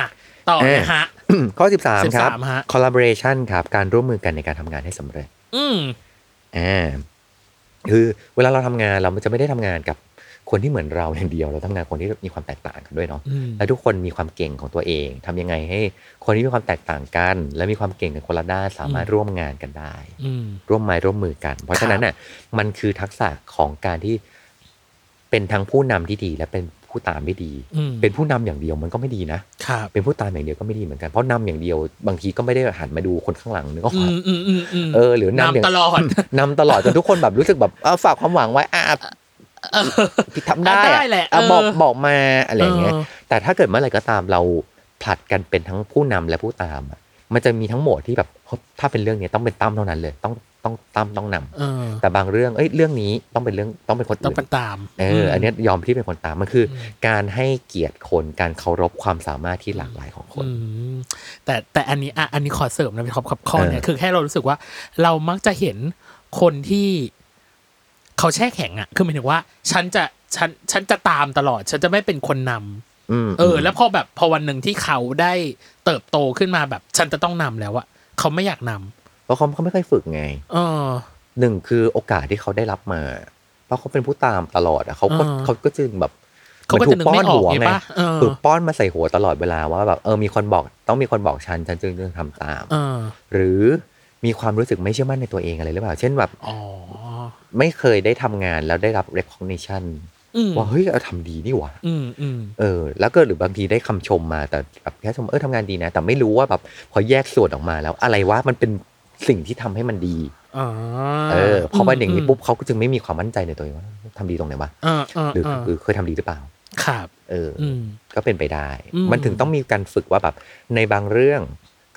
ต่อ เอ๊ะ นะฮะ ข้อ 13 ครับ 13ฮะ collaboration ครับ การร่วมมือกันในการทำงานให้สำเร็จ อืม อ่าคือเวลาเราทำงานเราจะไม่ได้ทำงานกับคนที่เหมือนเราอย่างเดียว เราทำงานคนที่มีความแตกต่างกันด้วยเนาะ อืม และทุกคนมีความเก่งของตัวเองทำยังไงให้ คนที่มีความแตกต่างกัน และมีความเก่งกันคนละด้านสามารถร่วมงานกันได้ อืม ร่วมไม้ร่วมมือกัน เพราะฉะนั้นน่ะมันคือทักษะของการที่เป็นทั้งผู้นำที่ดี และเป็นผู้ตามที่ดี อืม เป็นผู้นำอย่างเดียวมันก็ไม่ดีนะ ครับ เป็นผู้ตามอย่างเดียวก็ไม่ดีเหมือนกันเพราะนำอย่างเดียว บางทีก็ไม่ได้หันมาดูคนข้างหลังนึกออก อื ปะ มอืมอืมอืม เออหรือนำย่าง นำตลอด นำตลอดจนทุกคนแบบรู้สึกแบบเออฝากความหวังไว้อ่ะ เออ พี่ทำได้ อ่ะ อ่ะ ได้แหละ อ่ะ เออ บอกบอกมาอะไรอย่างเงี้ย เออ แต่ถ้าเกิดเมื่อไหร่ก็ตามเราผลัดกันเป็นทั้งผู้นำและผู้ตามอ่ะมันจะมีทั้งโหมดที่แบบถ้าเป็นเรื่องเนี้ยต้องเป็นตั้มเท่านั้นเลย ต้องต้องตั้มต้องนำ เออ แต่บางเรื่องเอ้ยเรื่องนี้ต้องเป็นเรื่องต้องเป็นคน ต้ออื่งน เป็นตาม เออออัน น เนี้ยยอมที่เป็นคนตามมันคืออ ม การให้เกียรติคนการเคารพความสามารถที่หลากหลายของคน แต่แต่อันนี้อ่ะอันนี้ขอเสริมนะพี่ท็อปครับข้อเนี่ย เออ คือแค่เรารู้สึกว่า เรามักจะเห็นคนที่ เขาแช่แข็งอ่ะ คือหมายถึงว่า ฉันจะฉันฉันจะตามตลอด ฉันจะไม่เป็นคนนำ ม เออแล้วพอแบบพอวันหนึ่งที่เขาได้เติบโตขึ้นมาแบบ ฉันจะต้องนำแล้วอะเขาไม่อยากนำ เพราะเขาเขาไม่เคยฝึกไง เออ หนึ่งคือโอกาสที่เขาได้รับมา เพราะเขาเป็นผู้ตามตลอดอะเขาก็ อ่า เขาก็จึงแบบ เขาก็ หมือ จะนึกไม่อถูอกป้นหัว ไง ไง ปะเออ ถูกป้อนมาใส่หัวตลอดเวลาว่าแบบเออมีคนบอกต้องมีคนบอกฉันฉันจึงจึงทำตาม เออ หรือมีความรู้สึกไม่เชื่อมั่นในตัวเองอะไรหรือเปล่า เช่นแบบ อ๋อ ไม่เคยได้ทำงานแล้วได้รับ recognition อืม ว่าเฮ้ยเราทำดีนี่หว่า อืมอืม เออ แล้วก็หรือบางทีได้คำชมมาแต่แบบแค่ชมเออทำงานดีนะ แต่ไม่รู้ว่าแบบพอแยกส่วนออกมาแล้วอะไรวะมันเป็น สิ่งที่ทำให้มันดี อ๋อ เออพอเป็นอย่างนี้ปุ๊ บบ เขาก็จึงไม่มีความมั่นใจในตัวเองว่าทำดีตรงไหนวะ เออเออ หรือ เออ หรือเคยทำดีหรือเปล่า ครับ เอออ อืม ก็เป็นไปได้ อืม มันถึงต้องมีการฝึกว่าแบบในบางเรื่อง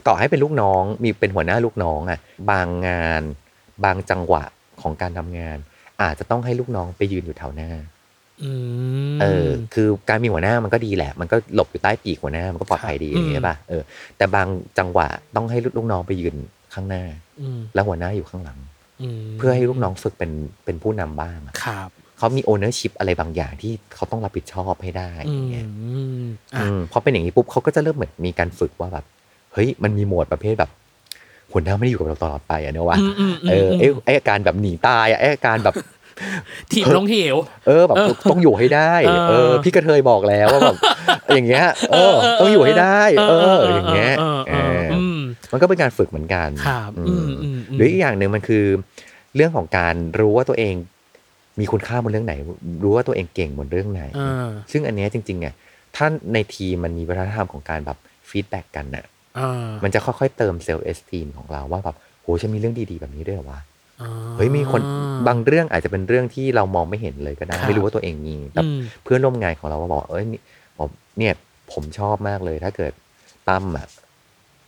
ต่อให้เป็นลูกน้องมีเป็นหัวหน้าลูกน้องอ่ะ บางงาน บางจังหวะของการทำงาน อาจจะต้องให้ลูกน้องไปยืนอยู่แถวหน้า อืม เออ คือการมีหัวหน้ามันก็ดีแหละ มันก็หลบอยู่ใต้ปีกหัวหน้ามันก็ปลอดภัยดี ครับ ใช่ป่ะเออแต่บางจังหวะต้องให้ลูกน้องไปยืนข้างหน้า ม แล้วหัวหน้าอยู่ข้างหลัง ม เพื่อให้ลูกน้องฝึกเป็นเป็นผู้นำบ้างอะ ครับ เขามีโอเนอร์ชิพอะไรบางอย่างที่เขาต้องรับผิดชอบให้ได้อย่างเงี้ย อืมอ่ะ อืมพอเป็นอย่างนี้ปุ๊บเขาก็จะเริ่มเหมือนมีการฝึกว่าแบบ เฮ้ยมันมีโหมดประเภทแบบหัวหน้าไม่ได้อยู่กับเราตลอดไปอะเนอะวะ มมม เออไอ้ไอ้อาการแบบหนีตายอะไอ้อาการแบบ ถีบลงเหว เออแบบต้องอยู่ให้ได้ เออ เออพี่กระเทยบอกแล้วว่าแบบ อย่างเงี้ยเออ เออเออ ต้องอยู่ให้ได้ เอออย่างเงี้ย เออเออเออ เออ อืม มันก็เป็นการฝึกเหมือนกัน ครับ อื อื ม มอืมม หรืออีกอย่างหนึ่งมันคือ เรื่องของการรู้ว่าตัวเอง มีคุณค่าบนเรื่องไหน รู้ว่าตัวเองเก่งบนเรื่องไหน เออ ซึ่งอันเนี้ยจริงๆอ่ะถ้าในทีมมันมีวัฒนธรรมของการแบบฟีดแบ็กกันน่ะ เออ มันจะค่อยๆเติมเซลล์เอสตีมของเราว่าแบบโหฉันมีเรื่องดีๆแบบนี้ด้วยเหรอวะ อ๋อ เฮ้ยมีคนบางเรื่องอาจจะเป็นเรื่องที่เรามองไม่เห็นเลยก็ได้ ครับ ไม่รู้ว่าตัวเองมีแต่ อืม เพื่อนร่วมงานของเราก็บอกเอ้ยนี่ผมเนี่ยผมชอบมากเลย ถ้าเกิดตั้มอ่ะ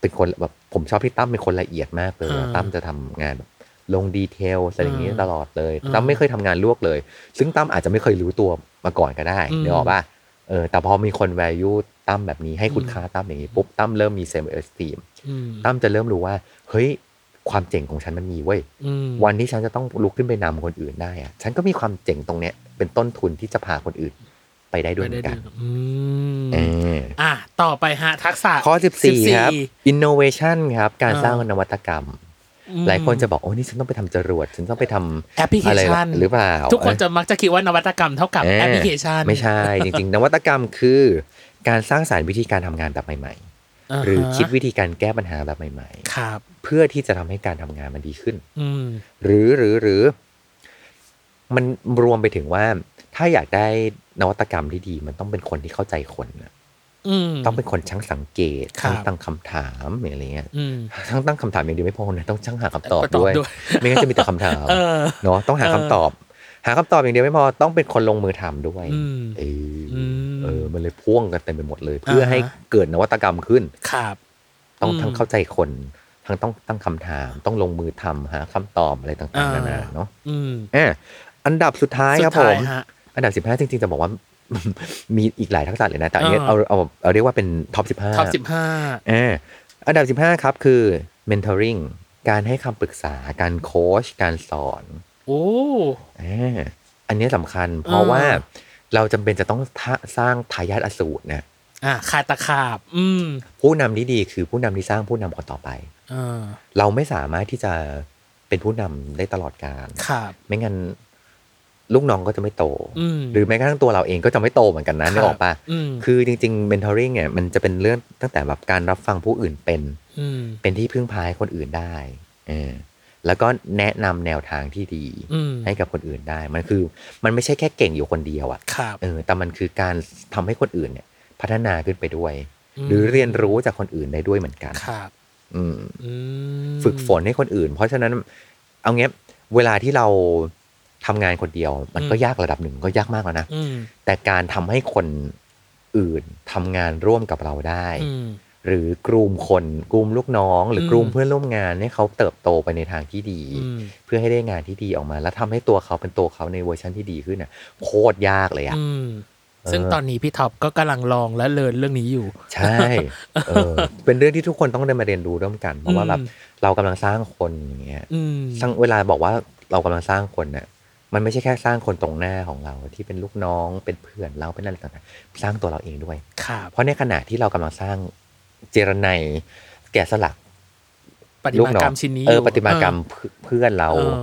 เป็นคนแบบผมชอบพี่ตั้มเป็นคนละเอียดมากเลยอะ อ่า ตั้มจะทำงานแบบลงดีเทลอะไรอย่างนี้ อ่า ตลอดเลย อ่า ตั้มไม่เคยทำงานลวกเลย ซึ่งตั้มอาจจะไม่เคยรู้ตัวมาก่อนก็ได้ อืม เดี๋ยวออกป่ะเออแต่พอมีคน value ตั้มแบบนี้ให้คุณ อืม ค่าตั้มอย่างนี้ปุ๊บตั้มเริ่มมีเซลล์เอสตีม อืม ตั้มจะเริ่มรู้ว่า เฮ้ย ความเจ๋งของฉันมันมีเว้ย อืม วันที่ฉันจะต้องลุกขึ้นไปนำคนอื่นได้อะฉันก็มีความเจ๋งตรงเนี้ย เป็นต้นทุนที่จะพาคนอื่นไปได้ด้วยเหมือนกัน อืม เออ อ่ะต่อไปฮะทักษะ ข้อ 14 14 ครับ innovation ครับ การสร้างนวัตกรรม อืม หลายคนจะบอก โอ้นี่ฉันต้องไปทำจรวด ฉันต้องไปทำ แอปพลิเค อะไร ชัน หรือเปล่า ทุกคนจะมักจะคิดว่านวัตกรรมเท่ากับ ออ แอปพลิเคชัน ไม่ใช่ จริงๆ นวัตกรรมคือ การสร้างสารรค์วิธีการทำงานแบบใหม่ า ๆ ฮะ หรือคิดวิธีการแก้ปัญหาแบบใหม่ ครับ ๆ เพื่อที่จะทำให้การทำงานมันดีขึ้น อืม หรือหรือหรือ มันรวมไปถึงว่า ถ้าอยากได้นวัตกรรมที่ดี มันต้องเป็นคนที่เข้าใจคนน่ะ อืม ต้องเป็นคนช่างสังเกต ครับ ช่างตั้งคำถามอะไรเงี้ย อืม ช่างตั้งคำถามอย่างเดียวไม่พอนะต้องช่างหาคำตอบ ประก ด้วย ไม่งั้นจะมีแต่คำถาม เออ เนาะต้องหาคำตอบ หาคำตอบอย่างเดียวไม่พอต้องเป็นคนลงมือทำด้วย อืม เอออ ม เออ มันเลยพ่วงกันเต็มไปหมดเลย เพื่อให้ อ่าฮะ เกิดนวัตกรรมขึ้น ครับ ต้อง อืม ทั้งเข้าใจคน ทั้งต้องตั้งคำถาม ต้องลงมือทำหาคำตอบอะไรต่างๆ อ่า นานาเนาะ อืม อะอันดับสุดท้าย สุ ครับ ด ผ ท้าย ม ฮะ อันดับสิบห้าจริงๆ จะบอกว่า มีอีกหลายทักษะเลยนะ แต่อันนี้ อ่า เอาเอาเอาเรียกว่าเป็นท็อปสิบห้า ท็อปสิบห้า อ่าอันดับสิบห้าครับคือ mentoring การให้คำปรึกษา การโค้ชการสอน โอ้ อ่าอันนี้สำคัญเพราะ อ่า ว่าเราจำเป็นจะต้องทะสร้างทายาทอสูรนะ อ่ะขาดตะขาบ อืม ผู้นำที่ดีคือผู้นำที่สร้างผู้นำคนต่อไป อ่า เราไม่สามารถที่จะเป็นผู้นำได้ตลอดกาล ครับ ไม่งั้นลูกน้องก็จะไม่โต อืม หรือแม้กระทั่งตัวเราเองก็จะไม่โตเหมือนกันนะนึกออกปะ อืม คือจริงๆ mentoring เนี่ยมันจะเป็นเรื่องตั้งแต่แบบการรับฟังผู้อื่นเป็น อืม เป็นที่พึ่งพาให้คนอื่นได้เออแล้วก็แนะนำแนวทางที่ดี อืม ให้กับคนอื่นได้ มันคือ มันไม่ใช่แค่เก่งอยู่คนเดียวอะ ครับ เออ แต่มันคือการทำให้คนอื่นเนี่ยพัฒนาขึ้นไปด้วย หรือเรียนรู้จากคนอื่นได้ด้วยเหมือนกัน ครับ อืม อืม ฝึกฝนให้คนอื่น เพราะฉะนั้นเอาเงี้ยเวลาที่เราทำงานคนเดียว มันก็ยากระดับหนึ่งก็ยากมากแล้วนะ อืม แต่การทำให้คนอื่นทำงานร่วมกับเราได้ อืม หรือกลุ่มคนกลุ่มลูกน้อง หรืออ ม กลุ่มเพื่อนร่วมงานให้เขาเติบโตไปในทางที่ดี อืม เพื่อให้ได้งานที่ดีออกมา แล้วทำให้ตัวเขาเป็นตัวเขาในเวอร์ชันที่ดีขึ้นน่ะโคตรยากเลยอ่ะ อืมซึ่งตอนนี้พี่ท็อปก็กำลังลองและเรียนเรื่องนี้อยู่ ใช่เออเป็นเรื่องที่ทุกคนต้องได้มาเรียนรู้ร่วมกัน เพราะว่าแบบ อืม เรากำลังสร้างคนอย่างเงี้ย อืม สร้างเวลาบอกว่าเรากำลังสร้างคนน่ะมันไม่ใช่แค่สร้างคนตรงหน้าของเราที่เป็นลูกน้องเป็นเพื่อนเราเป็นอะไรต่างๆสร้างตัวเราเองด้วย ครับ เพราะในขณะที่เรากำลังสร้างเจรไนย์แกะสลัก ปฏิ ลู มาก น้ กอรรง มชิ้นนี้ เออยู่ ปฏิมากรรมเพื่อเพื่อนเรา เออ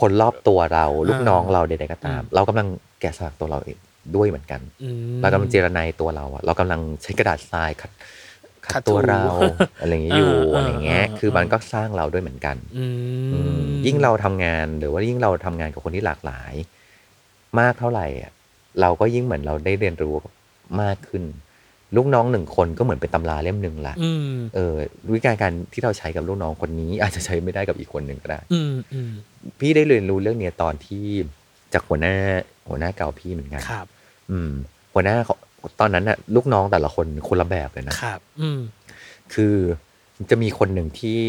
คนรอบตัวเรา ลูกน้องเราใดๆก็ตาม อืม เรากำลังแกะสลักตัวเราเองด้วยเหมือนกัน อืม เรากำลังเจรไนย์ตัวเราอะเรากำลังใช้กระดาษทรายขัด ขั ขั ด ดตัว ถู เราอะไรอย่างเงี้ยอยู่ เออเออ อะไรเงี้ย เออ คือมันก็สร้างเราด้วยเหมือนกัน อืม อืมยิ่งเราทำงานหรือว่ายิ่งเราทำงานกับคนที่หลากหลาย มากเท่าไหร่อะเราก็ยิ่งเหมือนเราได้เรียนรู้มากขึ้น ลูกน้องหนึ่งคนก็เหมือนเป็นตำราเล่มหนึ่งละ อืม เออวิธีการที่เราใช้กับลูกน้องคนนี้ อาจจะใช้ไม่ได้กับอีกคนหนึ่งก็ได้ อืมอืม พี่ได้เรียนรู้เรื่องเนี้ยตอนที่จากหัวหน้าหัวหน้าเก่าพี่เหมือนกัน ครับ อืม หัวหน้าเขาตอนนั้นน่ะลูกน้องแต่ละคนคนละแบบเลยนะ ครับ อืม คือจะมีคนหนึ่งที่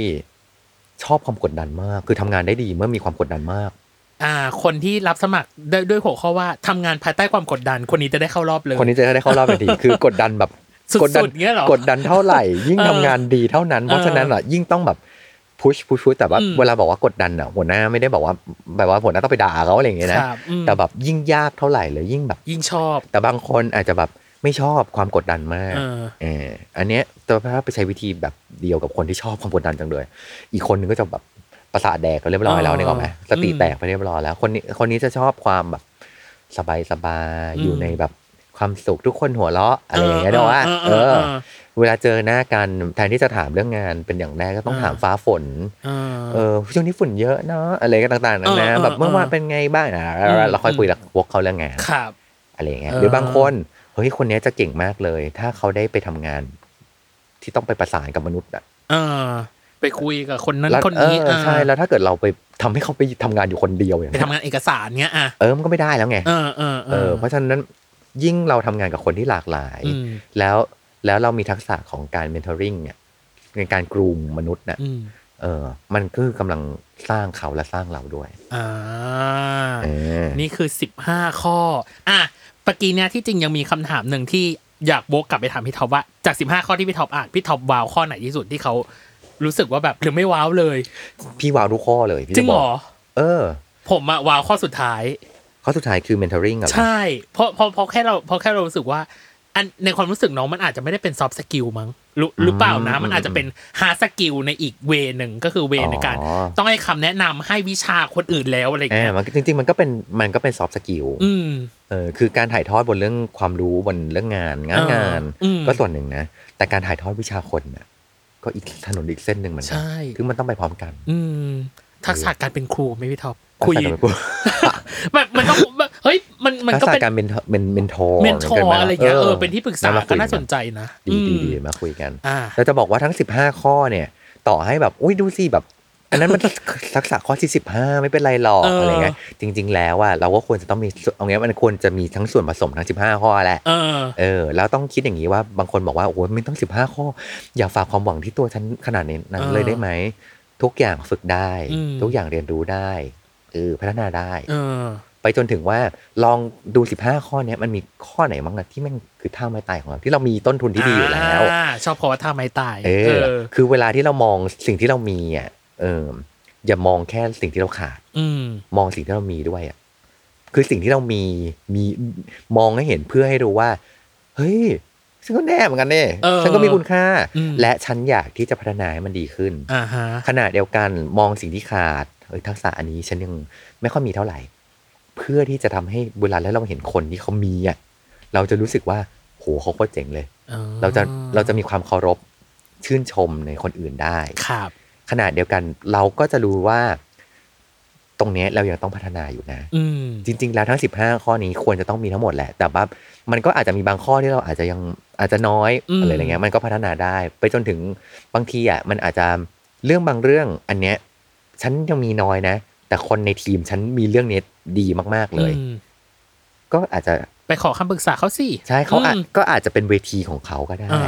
ชอบความกดดันมาก คือทำงานได้ดีเมื่อมีความกดดันมาก อ่า คนที่รับสมัครด้วยด้วยหัวข้อว่าทำงานภายใต้ความกดดัน คนนี้จะได้เข้ารอบเลย คนนี้จะได้เข้ารอบทันที คือกดดันแบบ สุดๆ กดดั เงี้ยเหรอก ดดันเท่าไหร่ ยิ่ง เออ ทำงานดีเท่านั้น เพราะฉะนั้นอ่ะยิ่งต้องแบบพุชพุชพุชแต่ว่า อืม เวลาบอกว่ากดดันอ่ะหัวหน้าไม่ได้บอกว่าแบบว่าหัวหน้าต้องไปด่าเขาอะไรอย่างเงี้ยนะครับ อืม แต่แบบยิ่งยากเท่าไหร่เลยยิ่งแบบ ยิ่งชอบ แต่บางคนอาจจะแบบไม่ชอบความกดดันมาก เออ เอออันเนี้ยแต่ถ้าไปใช้วิธีแบบเดียวกับคนที่ชอบความกดดันจังเลย อีกคนนึงก็จะแบบประสาทแดกไปเรียบร้อยแล้ว อ๋อ เนี่ยหรอกไหมสติแตกไปเรียบร้อยแล้ว คนนี้คนนี้จะชอบความแบบสบายสบาย อืม อยู่ในแบบความสุขทุกคนหัวเราะอะไรอย่างเงี้ยเนอะว่า เอ เอ ออเออเออ เวลาเจอหน้ากันแทนที่จะถามเรื่องงานเป็นอย่างแรกก็ต้อง อ่า ถามฟ้าฝน เออ เออช่วงนี้ฝุ่นเยอะเนาะอะไรก็ต่างๆนา เออเอ นา อ แบบเมื่อวานเป็นไงบ้างอ่ะแล้วเราเราค่อย อืม คุยกับวกเขาเรื่องงาน ครับ อะไรอย่างเงี้ย เออ หรือบางคนเฮ้ยคนเนี้ยจะเก่งมากเลย ถ้าเขาได้ไปทำงาน ที่ต้องไปประสานกับมนุษย์อ่ะ เออ ไปคุยกับคนนั้น แล้ว คนนี้ เออ เออ ใช่แล้วถ้าเกิดเราไปทำให้เขาไปทำงานอยู่คนเดียวอย่าง ไป เงี้ ทำ ย งานเอกสารเนี้ยอ่ะ เออมันก็ไม่ได้แล้วไง เออเออ เออเพราะฉะนั้นยิ่งเราทำงานกับคนที่หลากหลาย อืม แล้วแล้วเรามีทักษะของการเมนเทอริงเนี่ยในการกลุ่มมนุษย์น่ะ อืม เออ มันคือกำลังสร้างเขาและสร้างเราด้วย อ่า เออ นี่คือ 15 ข้อ อ่ะปกีเนี่ยที่จริงยังมีคำถามหนึ่งที่อยากโบกกลับไปถามพี่ท็อปว่า จาก 15 ข้อที่พี่ท็อปอ่านพี่ท็อปว้าวข้อไหนที่สุดที่เขารู้สึกว่าแบบหรือไม่ว้าวเลย พี่วาวทุกข้อเลยพี่ จริง บ เหร อก อ เออ ผมอะว้าวข้อสุดท้าย ข้อสุดท้ายคือเมนเทอริงอ่ะ ใช่เพราะเพราะเพราะแค่เราเพราะแค่เรารู้สึกว่า อันในความรู้สึกน้องมันอาจจะไม่ได้เป็นซอฟต์สกิลมั้งหรือหรือเปล่านะ อืม มันอาจจะเป็นฮาร์ดสกิลในอีกเวหนึ่งก็คือเวในการ อ๋อ ต้องให้คำแนะนำให้วิชาคนอื่นแล้วอะไรอย่าง เออ เงี้ย มันก็จริงๆมันก็เป็นมันก็เป็นซอฟต์สกิล อืม เออคือการถ่ายทอดบนเรื่องความรู้บนเรื่องงานงาน อ่าง าน อืม ก็ส่วนหนึ่งนะ แต่การถ่ายทอดวิชาคนน่ะก็อีกถนนอีกเส้นหนึ่งเหมือนกั ใช่ คือมันต้องไปพร้อมกัน อืม ทักษะการเป็นครูไหม่พี่ท็อปคุย ทักษะการเป็นผู้ มันมันต้องแบบเฮ้ยมันมัน ทัก ก็ ษะ เป็น การเป็นเป็นเมนทอร์ เมนทอร์อะไรอย่างเงี้ยเออเป็นที่ปรึกษาก็น่าสนใจนะ ดีดี อืม ดีมาคุยกัน อ่า เราจะบอกว่าทั้ง 15 ข้อเนี่ย ต่อให้แบบอุ้ยดูสิแบบ อันนั้น มัน ทักษะข้อที่สิบห้าไม่เป็นไรหรอก เอออ อะไรเงี้ยจริง ๆ แล้วอ่ะเราก็ควรจะต้องมีเอางี้มันควรจะมีทั้งส่วนผสมทั้ง 15 ข้อแหละ เออ เออแล้วต้องคิดอย่างนี้ว่าบางคนบอกว่าโอ้โหไม่ต้องสิบห้าข้อ อย่าฝากความหวังที่ตัวฉันขนาดนี้นั้น เออ เลยได้ไหม ทุกอย่างฝึกได้ อืม ทุกอย่างเรียนรู้ได้เออพัฒนาได้ เออ ไปจนถึงว่าลองดูสิบห้าข้อเนี้ยมันมีข้อไหนบ้างนะที่มันคือท่าไม้ตายของเราที่เรามีต้นทุนที่ดีอยู่แล้ว อ่าชอบเพราะว่าท่าไม้ตาย เอ เอ อ อ คือเวลาที่เรามองสิ่งที่เรามีอ่ะเอออย่ามองแค่สิ่งที่เราขาด อืม มองสิ่งที่เรามีด้วยอ่ะ คือสิ่งที่เรามีมีมองให้เห็นเพื่อให้รู้ว่า เฮ้ย ฉันก็แน่เหมือนกันเนี่ย เออ ฉันก็มีคุณค่า อืม และฉันอยากที่จะพัฒนาให้มันดีขึ้น อ่าฮะ ขณะเดียวกันมองสิ่งที่ขาดเอ้ยทักษะอันนี้ฉันยังไม่ค่อยมีเท่าไหร่ เพื่อที่จะทำให้เวลาแล้วเราเห็นคนที่เขามีอ่ะเราจะรู้สึกว่าโหเขาก็เจ๋งเลย ออ เราจะเราจะมีความเคารพชื่นชมในคนอื่นได้ ครับ ขณะเดียวกันเราก็จะรู้ว่า ตรงเนี้ยเรายังต้องพัฒนาอยู่นะ อืม จริง ๆ แล้วทั้ง 15 ข้อนี้ควรจะต้องมีทั้งหมดแหละ แต่ว่ามันก็อาจจะมีบางข้อที่เราอาจจะยังอาจจะน้อย อืม อะไรอย่างเงี้ยมันก็พัฒนาได้ ไปจนถึงบางทีอ่ะมันอาจจะเรื่องบางเรื่องอันเนี้ยฉันยังมีน้อยนะ แต่คนในทีมฉันมีเรื่องเนี้ยดีมากๆเลย อืม ก็อาจจะ ไปขอคำปรึกษาเขาสิ ใช่เขาอาจ อืม ก็อาจจะเป็นเวทีของเขาก็ได้ อ่า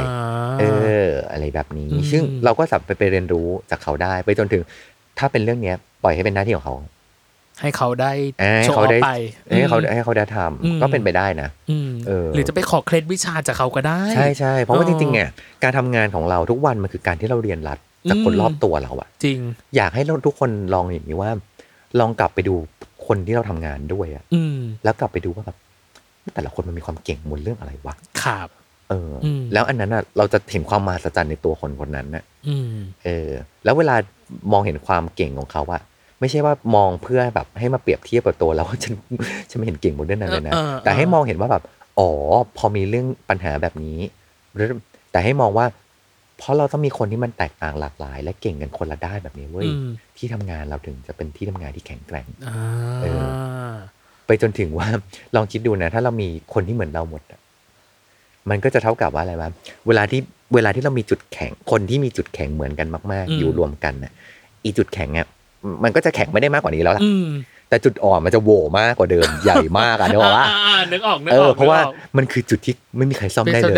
เออ อะไรแบบนี้ อืม ซึ่งเราก็สามารถไปเรียนรู้จากเขาได้ ไปจนถึงถ้าเป็นเรื่องเนี้ยปล่อยให้เป็นหน้าที่ของเขา ให้เขาได้ เออให้ โชว์ เขาได้ ออกไป ให้เขา อืม ให้เขาได้ท อืม ำก็เป็นไปได้นะ อืม เออ หรือจะไปขอเคล็ดวิชาจากเขาก็ได้ ใช่ใช่เพราะว่า เอ จ อ ริงๆเนี่ยการทำงานของเราทุกวันมันคือการที่เราเรียนรัดจากคน อืม รอบตัวเราอะ จริง อยากให้เราทุกคนลองอย่างนี้ว่า ลองกลับไปดูคนที่เราทำงานด้วยอะ อืม แล้วกลับไปดูว่าแบบแต่ละคนมันมีความเก่งบนเรื่องอะไรวะ ครับ เอออ ม แล้วอันนั้นอะเราจะเห็นความมหัศจรรย์ในตัวคนคนนั้นนะ อืม เออ แล้วเวลามองเห็นความเก่งของเขาอะไม่ใช่ว่ามองเพื่อแบบให้มาเปรียบเทียบกับตัวเรา ว่าฉันฉันไม่เห็นเก่งบนเรื่องนั้นเลยนะ เออเออเออ แต่ให้มองเห็นว่าแบบอ๋อพอมีเรื่องปัญหาแบบนี้หรือแต่ให้มองว่า เพราะเราต้องมีคนที่มันแตกต่างหลากหลาย และเก่งกันคนละด้านแบบนี้เว้ย อืม ที่ทำงานเราถึงจะเป็นที่ทำงานที่แข็งแกร่ง อ่า เอ ไปจนถึงว่า ลองคิดดูนะ ถ้าเรามีคนที่เหมือนเราหมดอะ มันก็จะเท่ากับว่าอะไรวะเวลาที่เวลาที่เรามีจุดแข็งคนที่มีจุดแข็งเหมือนกันมาก อืๆมอยู่รวมกันน่ะอีจุดแข็งอ่ะมันก็จะแข็งไม่ได้มากกว่านี้แล้วล่ะ อืม แต่จุดอ่อนมันจะโหวมากกว่าเดิม ใหญ่มากอ่ะนึกออกปะ าๆนึกออกนึก เอ อ อ อก เพราะว่า นึกออก มันคือจุดที่ไม่มีใครซ่อมได้เลย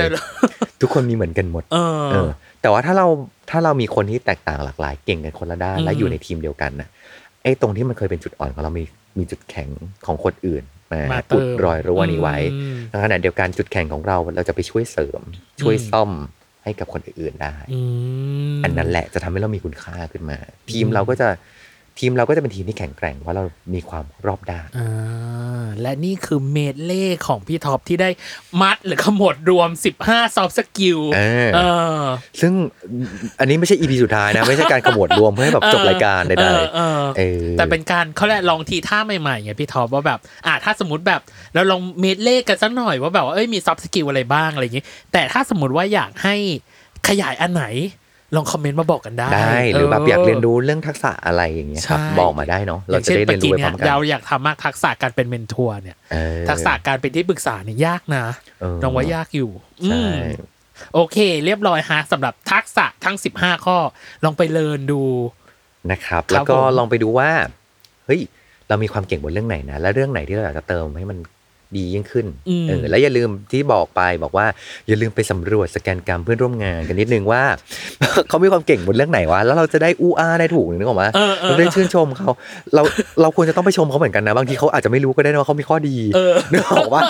ทุกคนมีเหมือนกันหมด เออ เออแต่ว่าถ้าเราถ้าเรามีคนที่แตกต่างหลากหลายเก่งกันคนละด้าน อืม และอยู่ในทีมเดียวกันนะไอ้ตรงที่มันเคยเป็นจุดอ่อนของเรามีมีจุดแข็งของคนอื่นมา มา อุ เติ ด ม รอยรั่วนี้ไว้ อืม ในขณะเดียวกันจุดแข็งของเราเราจะไปช่วยเสริม ช่วย อืม ซ่อมให้กับคนอื่นได้ อืม อันนั้นแหละจะทำให้เรามีคุณค่าขึ้นมา ทีม อืม เราก็จะทีมเราก็จะเป็นทีมที่แข็งแกร่งเพราะเรามีความรอบด้าน อ่าและนี่คือเมดเล่ของพี่ท็อปที่ได้มัดหรือขมวดรวม 15 ซอฟต์สกิล เออ เออ ซึ่งอันนี้ไม่ใช่อีพีสุดท้ายนะ ไม่ใช่การขมวดรวมเพื่อให้แบบจบรายการ เอ ใด อเออ ๆเออ แต่เป็นการเขาเรียกลองทีท่าใหม่ๆไงพี่ท็อปว่าแบบ อ่าถ้าสมมติแบบเราลองเมดเล่กันสักหน่อยว่าแบบว่าเอ้ยมีซอฟต์สกิลอะไรบ้างอะไรอย่างงี้ แต่ถ้าสมมติว่าอยากให้ขยายอันไหน ลองคอมเมนต์มาบอกกันได้ ได้หรือแบบอยากเรียนรู้เรื่องทักษะอะไรอย่างเงี้ยครับ ใช่ บอกมาได้เนาะ อ เรา ย่าง จะ เช่น ได้ เมื่ เรี อย นรู้ไปพกี้ร้เนี่อยมกัน เราอยากทำมากทักษะการเป็นเมนทัวร์เนี่ย เออ ทักษะการเป็นที่ปรึกษาเนี่ยยากนะ เออ น้องว่ายากอยู่อื ใช่ ม โอเค เรียบร้อยฮะสำหรับทักษะทั้ง 15 ข้อ ลองไปเลินดู นะครับ ครับ แล้วก็ ผม ลองไปดูว่าเฮ้ยเรามีความเก่งบนเรื่องไหนนะ และเรื่องไหนที่เราอยากจะเติมให้มันดียิ่งขึ้น อืม เออแล้วอย่าลืมที่บอกไปบอกว่าอย่าลืมไปสำรวจสแกนกรรมเพื่อนร่วมงานกันนิดนึงว่า เขามีความเก่งบนเรื่องไหนวะแล้วเราจะได้อู้อ้าได้ถูกนึกออกมา เออเออ เราได้ชื่นชมเขาเราเราควรจะต้องไปชมเขาเหมือนกันนะบางทีเขาอาจจะไม่รู้ก็ได้นะว่าเขามีข้อดี เออ นึกออกว่า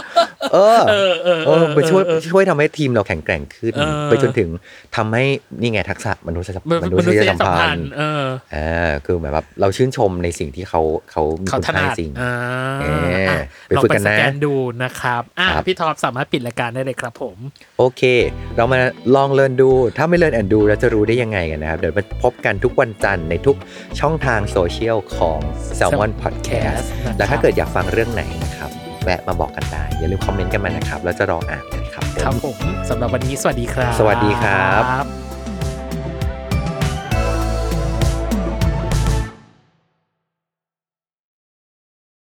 เออ เออเออ เออไปช่วย เออ ช่วยทำให้ทีมเราแข็งแกร่งขึ้น เออ ไปจนถึงทำให้นี่ไงทักษะมนุษยสัม มนุษยมนุษยสัมพันธ์เออ อ่าคือเหมือนแบบเราชื่นชมในสิ่งที่เขาเขามี เขา คุณ ถ ค่า นัด จริง อ่า เออ อ่ะ ไป ลอง ฝึก ไป กัน ส นะ แกนดูนะครับอ่ะ ครับ พี่ท็อปสามารถปิดรายการได้เลยครับผม โอเค เรามาลองเรียนดู ถ้าไม่เรียนแอนดูเราจะรู้ได้ยังไงกันนะครับ เดี๋ยวมาพบกันทุกวันจันทร์ในทุกช่องทางโซเชียลของ s ซ l m o n Podcast นะครับ แล้วถ้าเกิดอยากฟังเรื่องไหนนะครับแวะมาบอกกันได้ อย่าลืมคอมเมนต์กันมานะครับเราจะรออ่านกันครับผม ครับผมสำหรับวันนี้สวัสดีครับ สวัสดีครับ